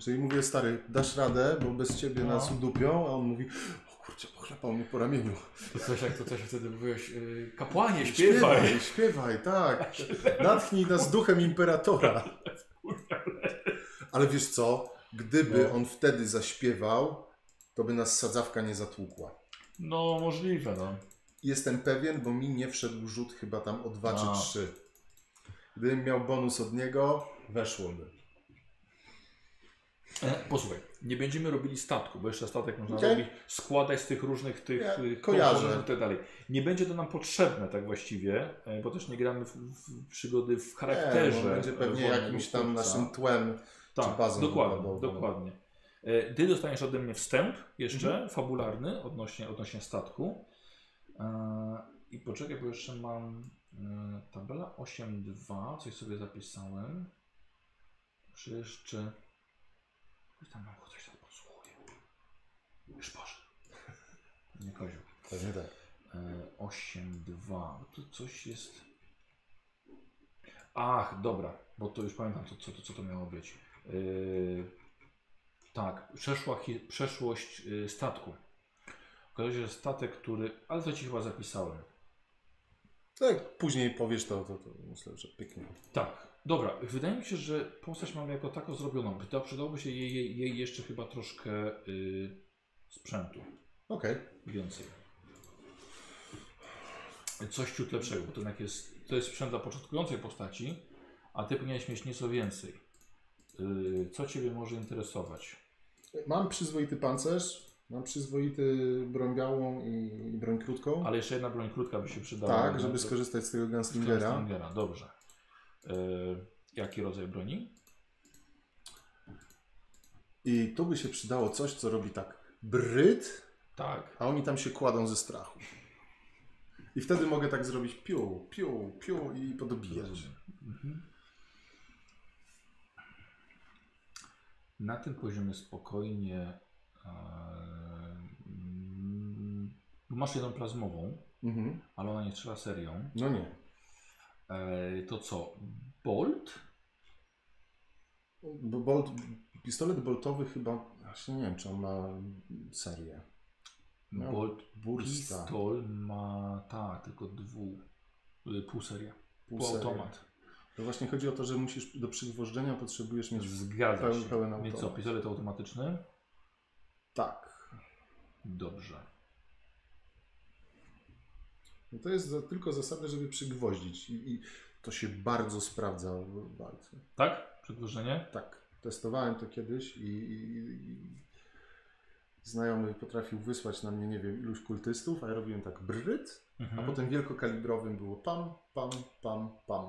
S2: Czyli mówię, stary, dasz radę, bo bez ciebie
S1: No.
S2: nas udupią, a on mówi, o kurczę, pochlapał mnie po ramieniu.
S1: To coś jak to też wtedy mówiłeś, yy, kapłanie,
S2: śpiewaj, śpiewaj, tak. Natchnij nas duchem imperatora. Ale wiesz co, gdyby
S1: No.
S2: on wtedy zaśpiewał, to by nas sadzawka nie zatłukła.
S1: No, możliwe, no.
S2: Jestem pewien, bo mi nie wszedł rzut chyba tam o dwa
S1: A.
S2: czy trzy. Gdybym miał bonus od niego, weszłoby.
S1: E, posłuchaj, nie będziemy robili statku, bo jeszcze statek można
S2: Okej.
S1: robić, składać z tych różnych tych
S2: Ja
S1: y,
S2: kojarzę.
S1: komponentów i tak dalej. Nie będzie to nam potrzebne tak właściwie, e, bo też nie gramy w, w przygody w charakterze.
S2: Nie, on będzie pewnie
S1: wolnego
S2: jakimś tam
S1: twórca.
S2: naszym tłem.
S1: tak,
S2: bazą
S1: dokładnie,
S2: wykładową.
S1: dokładnie. E, Ty dostaniesz ode mnie wstęp jeszcze fabularny odnośnie, odnośnie statku. E, I poczekaj, bo jeszcze mam e, tabela 8.2, coś sobie zapisałem. Czy jeszcze... Coś tam mam, coś tam podsłuchuję. Już Boże. Nie kozioł.
S2: Pewnie tak.
S1: E, 8.2. Tu coś jest. Ach, dobra, bo to już pamiętam, co, co, co to miało być. Yy, tak, przeszła, hi- przeszłość yy, statku. Okazało się, że statek, który. Ale to ci chyba zapisałem.
S2: Tak, później powiesz to, to, to myślę, że pięknie.
S1: Tak, dobra. Wydaje mi się, że postać mam jako taką zrobioną. Przyda- Przydałoby się jej, jej, jej jeszcze chyba troszkę yy, sprzętu.
S2: Okej.
S1: więcej. Coś ciut lepszego, bo to jednak jest, to jest sprzęt dla początkującej postaci, a ty powinieneś mieć nieco więcej. Yy, co ciebie może interesować?
S2: Mam przyzwoity pancerz, mam przyzwoity broń białą i, i broń krótką.
S1: Ale jeszcze jedna broń krótka by się przydała.
S2: tak,
S1: Jedna-
S2: żeby
S1: to-
S2: skorzystać z tego
S1: Stingera.
S2: gunslingera.
S1: Stingera, dobrze. Yy, jaki rodzaj broni?
S2: I tu by się przydało coś, co robi tak bryt,
S1: Tak.
S2: a oni tam się kładą ze strachu. I wtedy mogę tak zrobić piu, piu, piu i podobijać.
S1: Rozumiem. Mhm. Na tym poziomie spokojnie. e, mm, masz jedną plazmową,
S2: Mhm.
S1: ale ona nie strzela serią.
S2: No nie.
S1: E, to co? Bolt?
S2: Bo bolt, pistolet boltowy chyba, właśnie nie wiem, czy on ma serię. No,
S1: Bolt
S2: bursta.
S1: pistol ma tak, tylko dwu. y, Pół seria.
S2: pół
S1: pół
S2: serię.
S1: automat.
S2: To właśnie chodzi o to, że musisz do przygwożdżenia potrzebujesz mieć
S1: Zgadza
S2: pełen-
S1: się.
S2: pełen
S1: Więc co,
S2: automat.
S1: pistolet automatyczny?
S2: Tak.
S1: Dobrze.
S2: No to jest za, tylko zasada, żeby przygwoździć i, i to się bardzo sprawdza w walce.
S1: Tak? Przedłużenie?
S2: Tak, testowałem to kiedyś i, i, i znajomy potrafił wysłać na mnie nie wiem iluś kultystów, a ja robiłem tak bryt, a
S1: Mhm.
S2: potem wielkokalibrowym było pam, pam, pam, pam.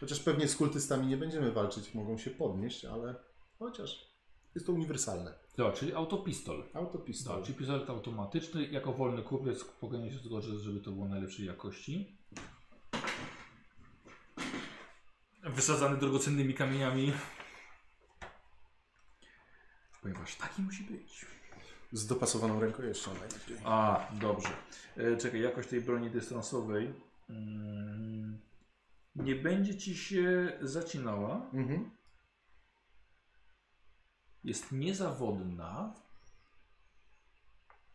S2: Chociaż pewnie z kultystami nie będziemy walczyć, mogą się podnieść, ale chociaż jest to uniwersalne.
S1: Dobra, czyli autopistol.
S2: Autopistol.
S1: Dobra, Tak, czyli pistolet automatyczny. Jako wolny kupiec pogania się tylko, żeby to było najlepszej jakości. Wysadzany drogocennymi kamieniami. Ponieważ taki musi być.
S2: Z dopasowaną rękojeścią najlepiej.
S1: A, dobrze. E, czekaj, jakość tej broni dystansowej mm, nie będzie ci się zacinała.
S2: Mhm.
S1: Jest niezawodna.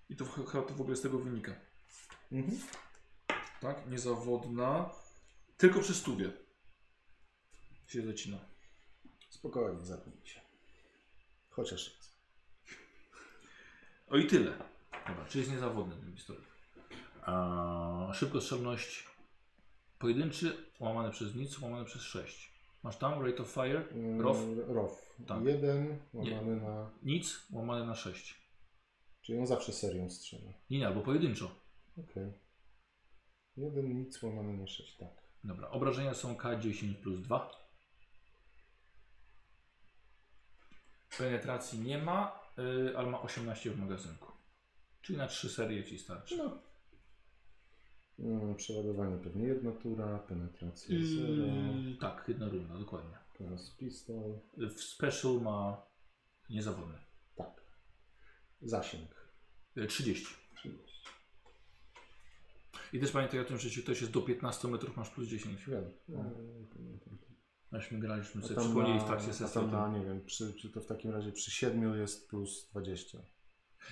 S1: I to ch- chyba to w ogóle z tego wynika.
S2: Mhm.
S1: Tak, niezawodna. Tylko przy stówie się zacina.
S2: Spokojnie, zapnij się. Chociaż raz.
S1: O i tyle. Dobra, czy jest niezawodny ten pistolet. A, szybkostrzelność pojedynczy, łamane przez nic, łamane przez 6. Masz tam rate of fire,
S2: Mm,
S1: rof,
S2: Rof.
S1: Tak.
S2: Jeden łamany na...
S1: nic, łamane na 6.
S2: Czyli on zawsze serią strzela.
S1: Nie, nie, albo pojedynczo.
S2: Okej. Jeden nic łamany na sześć, tak.
S1: Dobra, obrażenia są K10 plus 2. Penetracji nie ma, yy, ale ma 18 w magazynku. Czyli na 3 serie ci starczy.
S2: No. Mm, Przeładowanie pewnie jedna tura, penetracja zero,
S1: Yy, tak, jedna runda, dokładnie.
S2: teraz pistol,
S1: W special ma niezawodny.
S2: tak. Zasięg.
S1: Yy, 30. I też pamiętaj o tym, że jeśli ktoś jest do 15 metrów, masz plus 10.
S2: Wiem. E,
S1: No. Myśmy graliśmy
S2: A
S1: sobie,
S2: tam
S1: przypomnieli
S2: na-
S1: w trakcie
S2: a
S1: sesji o
S2: tam na,
S1: tym.
S2: nie wiem, przy, czy to w takim razie przy 7 jest plus 20.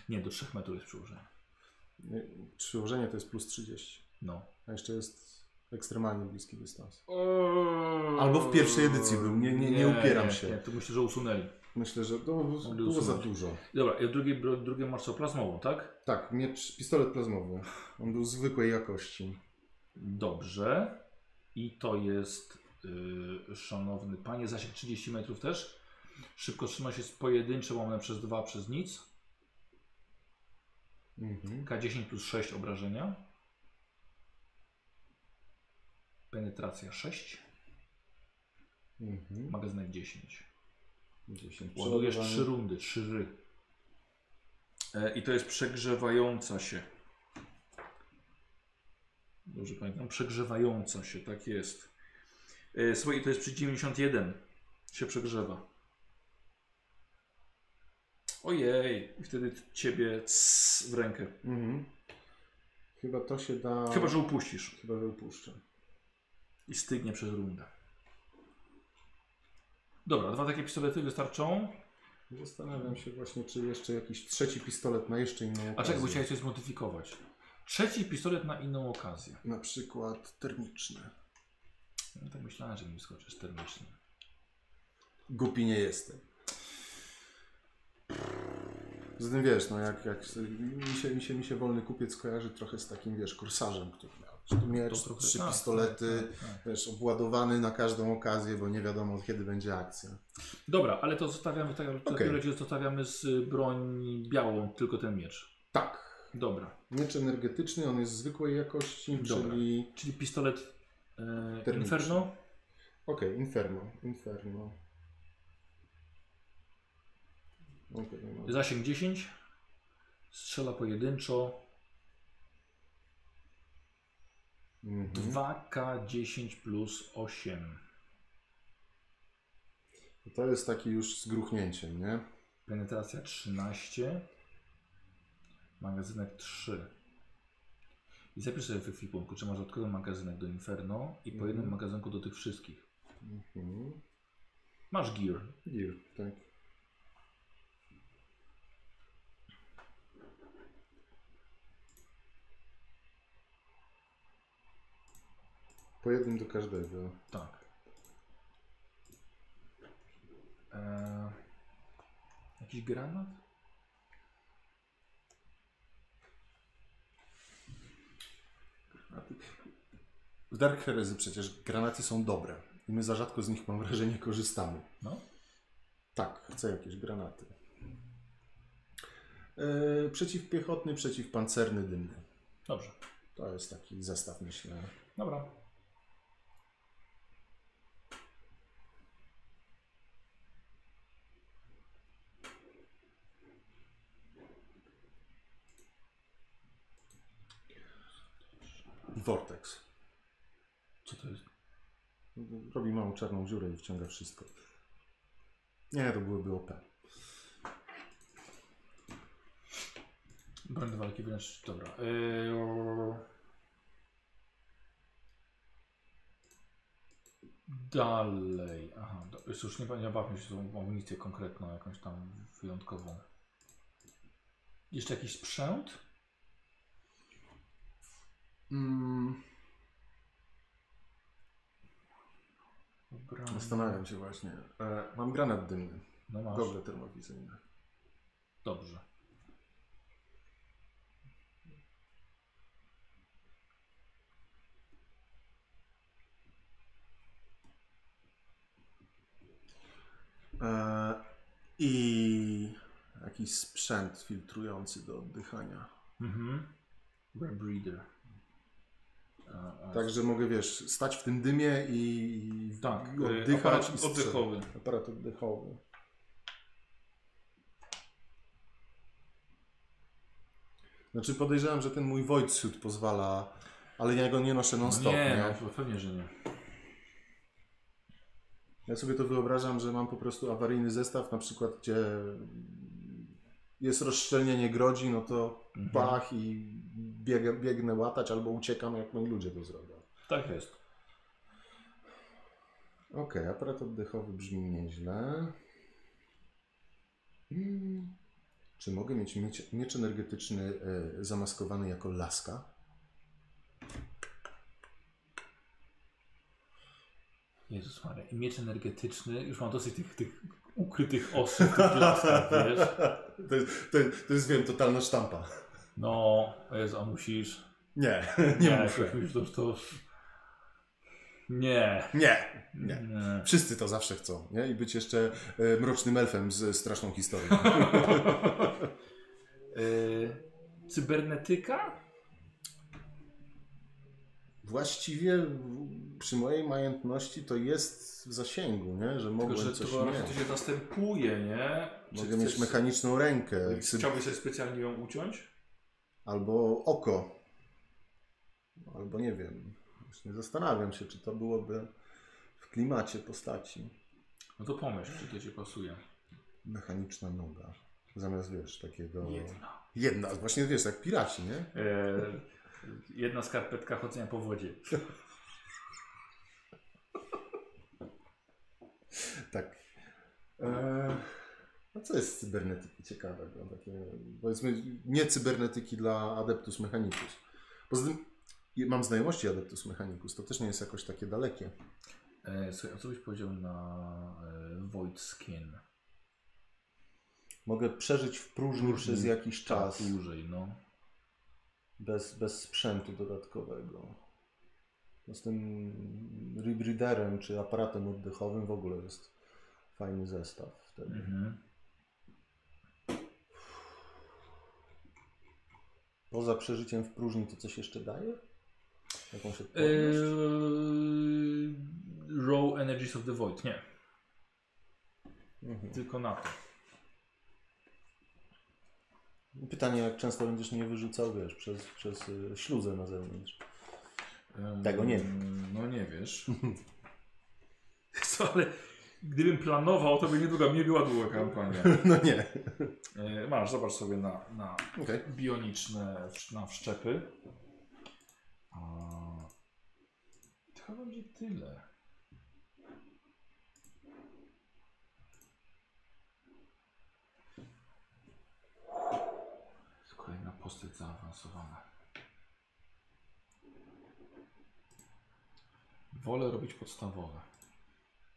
S1: Nie, do 3 metrów jest przyłożenie.
S2: Nie, Przyłożenie to jest plus 30.
S1: No.
S2: A jeszcze jest ekstremalnie bliski dystans. Albo w pierwszej edycji był, nie- nie- nie upieram się.
S1: Nie, to myślę, że usunęli.
S2: Myślę, że to było,
S1: usunąć.
S2: za dużo.
S1: Dobra, i w drugiej, bro- drugie masz co, plazmową, tak?
S2: Tak, miecz, pistolet plazmowy. On był zwykłej jakości.
S1: Dobrze. I to jest, yy, szanowny panie, zasięg 30 metrów też. Szybkotrzymność jest pojedyncza, bo mamy przez 2, przez nic.
S2: Mhm.
S1: K10 plus 6 obrażenia. Penetracja 6,
S2: Mhm.
S1: magazynek 10.
S2: 10.
S1: Ładujesz
S2: Przeładowanie.
S1: 3 rundy, 3 ry. E, I to jest przegrzewająca się. Dobrze pamiętam, przegrzewająca się, tak jest. E, Słuchaj, i to jest przy 91 się przegrzewa. Ojej, i wtedy ciebie cs w rękę.
S2: Mhm. Chyba to się da...
S1: Chyba, że upuścisz.
S2: Chyba, że upuszczę.
S1: i stygnie przez rundę. Dobra, dwa takie pistolety wystarczą.
S2: Zastanawiam się właśnie, czy jeszcze jakiś trzeci pistolet na jeszcze inną
S1: A
S2: okazję.
S1: czego chciałeś coś zmodyfikować? Trzeci pistolet na inną okazję.
S2: Na przykład termiczny.
S1: No tak myślałem, że mi wyskoczysz termicznie.
S2: Głupi nie jestem. Zatem wiesz, no jak, jak mi, się, mi, się, mi się wolny kupiec kojarzy trochę z takim, wiesz, korsarzem, który miał tu miecz,
S1: trochę
S2: trzy
S1: tak,
S2: pistolety,
S1: tak, tak.
S2: wiesz, obładowany na każdą okazję, bo nie wiadomo kiedy będzie akcja.
S1: Dobra, ale to zostawiamy, tak,
S2: Okej.
S1: okay. zostawiamy z y, broń białą, tylko ten miecz.
S2: Tak,
S1: Dobra,
S2: miecz energetyczny, on jest zwykłej jakości,
S1: Dobra.
S2: czyli...
S1: czyli pistolet e,
S2: Termiczny.
S1: Inferno.
S2: Okej, Inferno, Inferno. Okej, no.
S1: Zasięg 10. Strzela pojedynczo.
S2: Mhm.
S1: 2K10 plus 8.
S2: To jest taki już z gruchnięciem, nie?
S1: Penetracja 13. Magazynek 3. I zapisz sobie w ekwipunku, czy masz dodatkowy magazynek do Inferno i po
S2: Mhm.
S1: jednym magazynku do tych wszystkich.
S2: Mhm.
S1: Masz gear.
S2: Gear, tak. Po jednym do każdego.
S1: Tak. Eee, jakiś granat?
S2: W Dark Heresy przecież granaty są dobre. I my za rzadko z nich, mam wrażenie, korzystamy.
S1: No.
S2: Tak, chcę jakieś granaty. Yy, przeciwpiechotny, przeciwpancerny, dymny.
S1: Dobrze.
S2: To jest taki zestaw, myślę.
S1: Dobra.
S2: Vortex.
S1: Co to jest?
S2: Robi małą czarną dziurę i wciąga wszystko. Nie, to byłoby OP.
S1: Broń do walki wręcz. Dobra. Eee, Dalej. Aha, do, już nie, nie bawmy się tą amunicję konkretną, jakąś tam wyjątkową. Jeszcze jakiś sprzęt?
S2: Mm,
S1: Dobra.
S2: zastanawiam się właśnie. E, mam granat dymny.
S1: No masz.
S2: Dobre termowizyjne.
S1: Dobrze.
S2: E, I jakiś sprzęt filtrujący do oddychania.
S1: Mhm. Rare Breeder. A, a,
S2: Także mogę, wiesz, stać w tym dymie i
S1: tak,
S2: i
S1: e,
S2: oddychać.
S1: aparat
S2: i strzelać.
S1: oddechowy.
S2: Aparat oddechowy. Znaczy podejrzewam, że ten mój Voidsuit pozwala Ale ja go nie noszę non stop, nie.
S1: nie, no, pewnie, że nie.
S2: Ja sobie to wyobrażam, że mam po prostu awaryjny zestaw, na przykład gdzie jest rozszczelnienie grodzi, no to
S1: Mhm.
S2: pach i biegę, biegnę łatać albo uciekam, jak moi ludzie to zrobią.
S1: Tak jest.
S2: Okej, aparat oddechowy brzmi nieźle. Mm. Czy mogę mieć miecz, miecz energetyczny e, zamaskowany jako laska?
S1: Jezus Maria. I miecz energetyczny. Już mam dosyć tych, tych ukrytych osób, tych laskach, wiesz.
S2: Tak, to, jest, to, jest, to jest, wiem, totalna sztampa.
S1: No, o Jezu, a musisz.
S2: Nie, nie, muszę.
S1: jakoś Musisz to, to... Nie.
S2: Nie, nie.
S1: nie.
S2: Wszyscy to zawsze chcą, nie? I być jeszcze e, mrocznym elfem z straszną historią.
S1: Y, cybernetyka?
S2: Właściwie w- przy mojej majątności to jest w zasięgu, nie? Że
S3: Tylko,
S2: mogłem
S3: że
S2: coś
S3: to raczej to
S2: mieć.
S3: się zastępuje, nie? Bo
S2: Mogę mieć
S3: chcesz-
S2: mechaniczną rękę, cy-
S3: Chciałbyś sobie specjalnie ją uciąć?
S2: albo oko, albo nie wiem. Właśnie zastanawiam się, czy to byłoby w klimacie postaci.
S1: No to pomyśl, czy to ci pasuje.
S2: Mechaniczna noga. Zamiast, wiesz, takiego...
S1: Jedna.
S2: Jedna. Właśnie, wiesz, jak piraci, nie?
S1: Y, jedna skarpetka chodzenia po wodzie.
S2: Tak. Eee, a co jest z cybernetyki ciekawego? Takie, powiedzmy, nie cybernetyki dla Adeptus Mechanicus. Poza tym je- mam znajomości Adeptus Mechanicus, to też nie jest jakoś takie dalekie.
S1: E, Słuchaj, a co byś powiedział na e, Void Skin?
S2: Mogę przeżyć w próżni przez
S1: Tak,
S2: jakiś czas,
S1: Dłużej, no.
S2: bez, bez sprzętu dodatkowego. No Z tym rebreederem czy aparatem oddechowym w ogóle jest fajny zestaw wtedy.
S1: Mhm.
S2: Poza przeżyciem w próżni to coś jeszcze daje? Jakąś
S1: Eee,
S2: odporność?
S1: Yy, raw Energies of the Void, nie.
S2: Mhm.
S1: Tylko na to.
S2: No, Pytanie, jak często będziesz mnie wyrzucał, wiesz, przez, przez y, śluzę na zewnątrz.
S1: Eee,
S2: Tego nie
S1: No nie wiesz. Co, ale gdybym planował, to by niedługo nie była długa kampania.
S2: No nie.
S1: Eee, masz, zobacz sobie na, na
S2: Okej.
S1: bioniczne wsz- na wszczepy. A, to chyba będzie tyle. Jest Kolejna postać zaawansowana. Wolę robić podstawowe.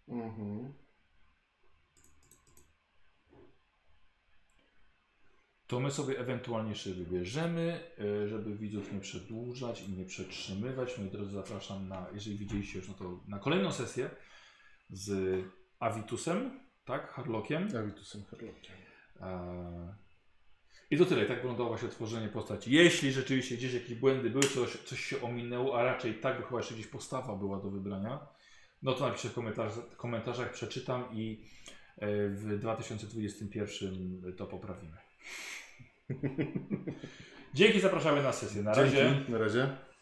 S2: Mhm.
S1: To my sobie ewentualnie jeszcze wybierzemy, y, żeby widzów nie przedłużać i nie przetrzymywać. Moi drodzy, zapraszam na, jeżeli widzieliście już, no to na kolejną sesję z Avitusem, tak, Harlockiem.
S2: Avitusem Herlokiem.
S1: E, I to tyle, tak wyglądało właśnie tworzenie postaci. Jeśli rzeczywiście gdzieś jakieś błędy były, coś, coś się ominęło, a raczej tak, bo chyba jeszcze gdzieś postawa była do wybrania, no to napiszę w komentarz, w komentarzach, przeczytam i e, w 2021 to poprawimy. Dzięki, zapraszamy na sesję. Na razie.
S2: Na razie.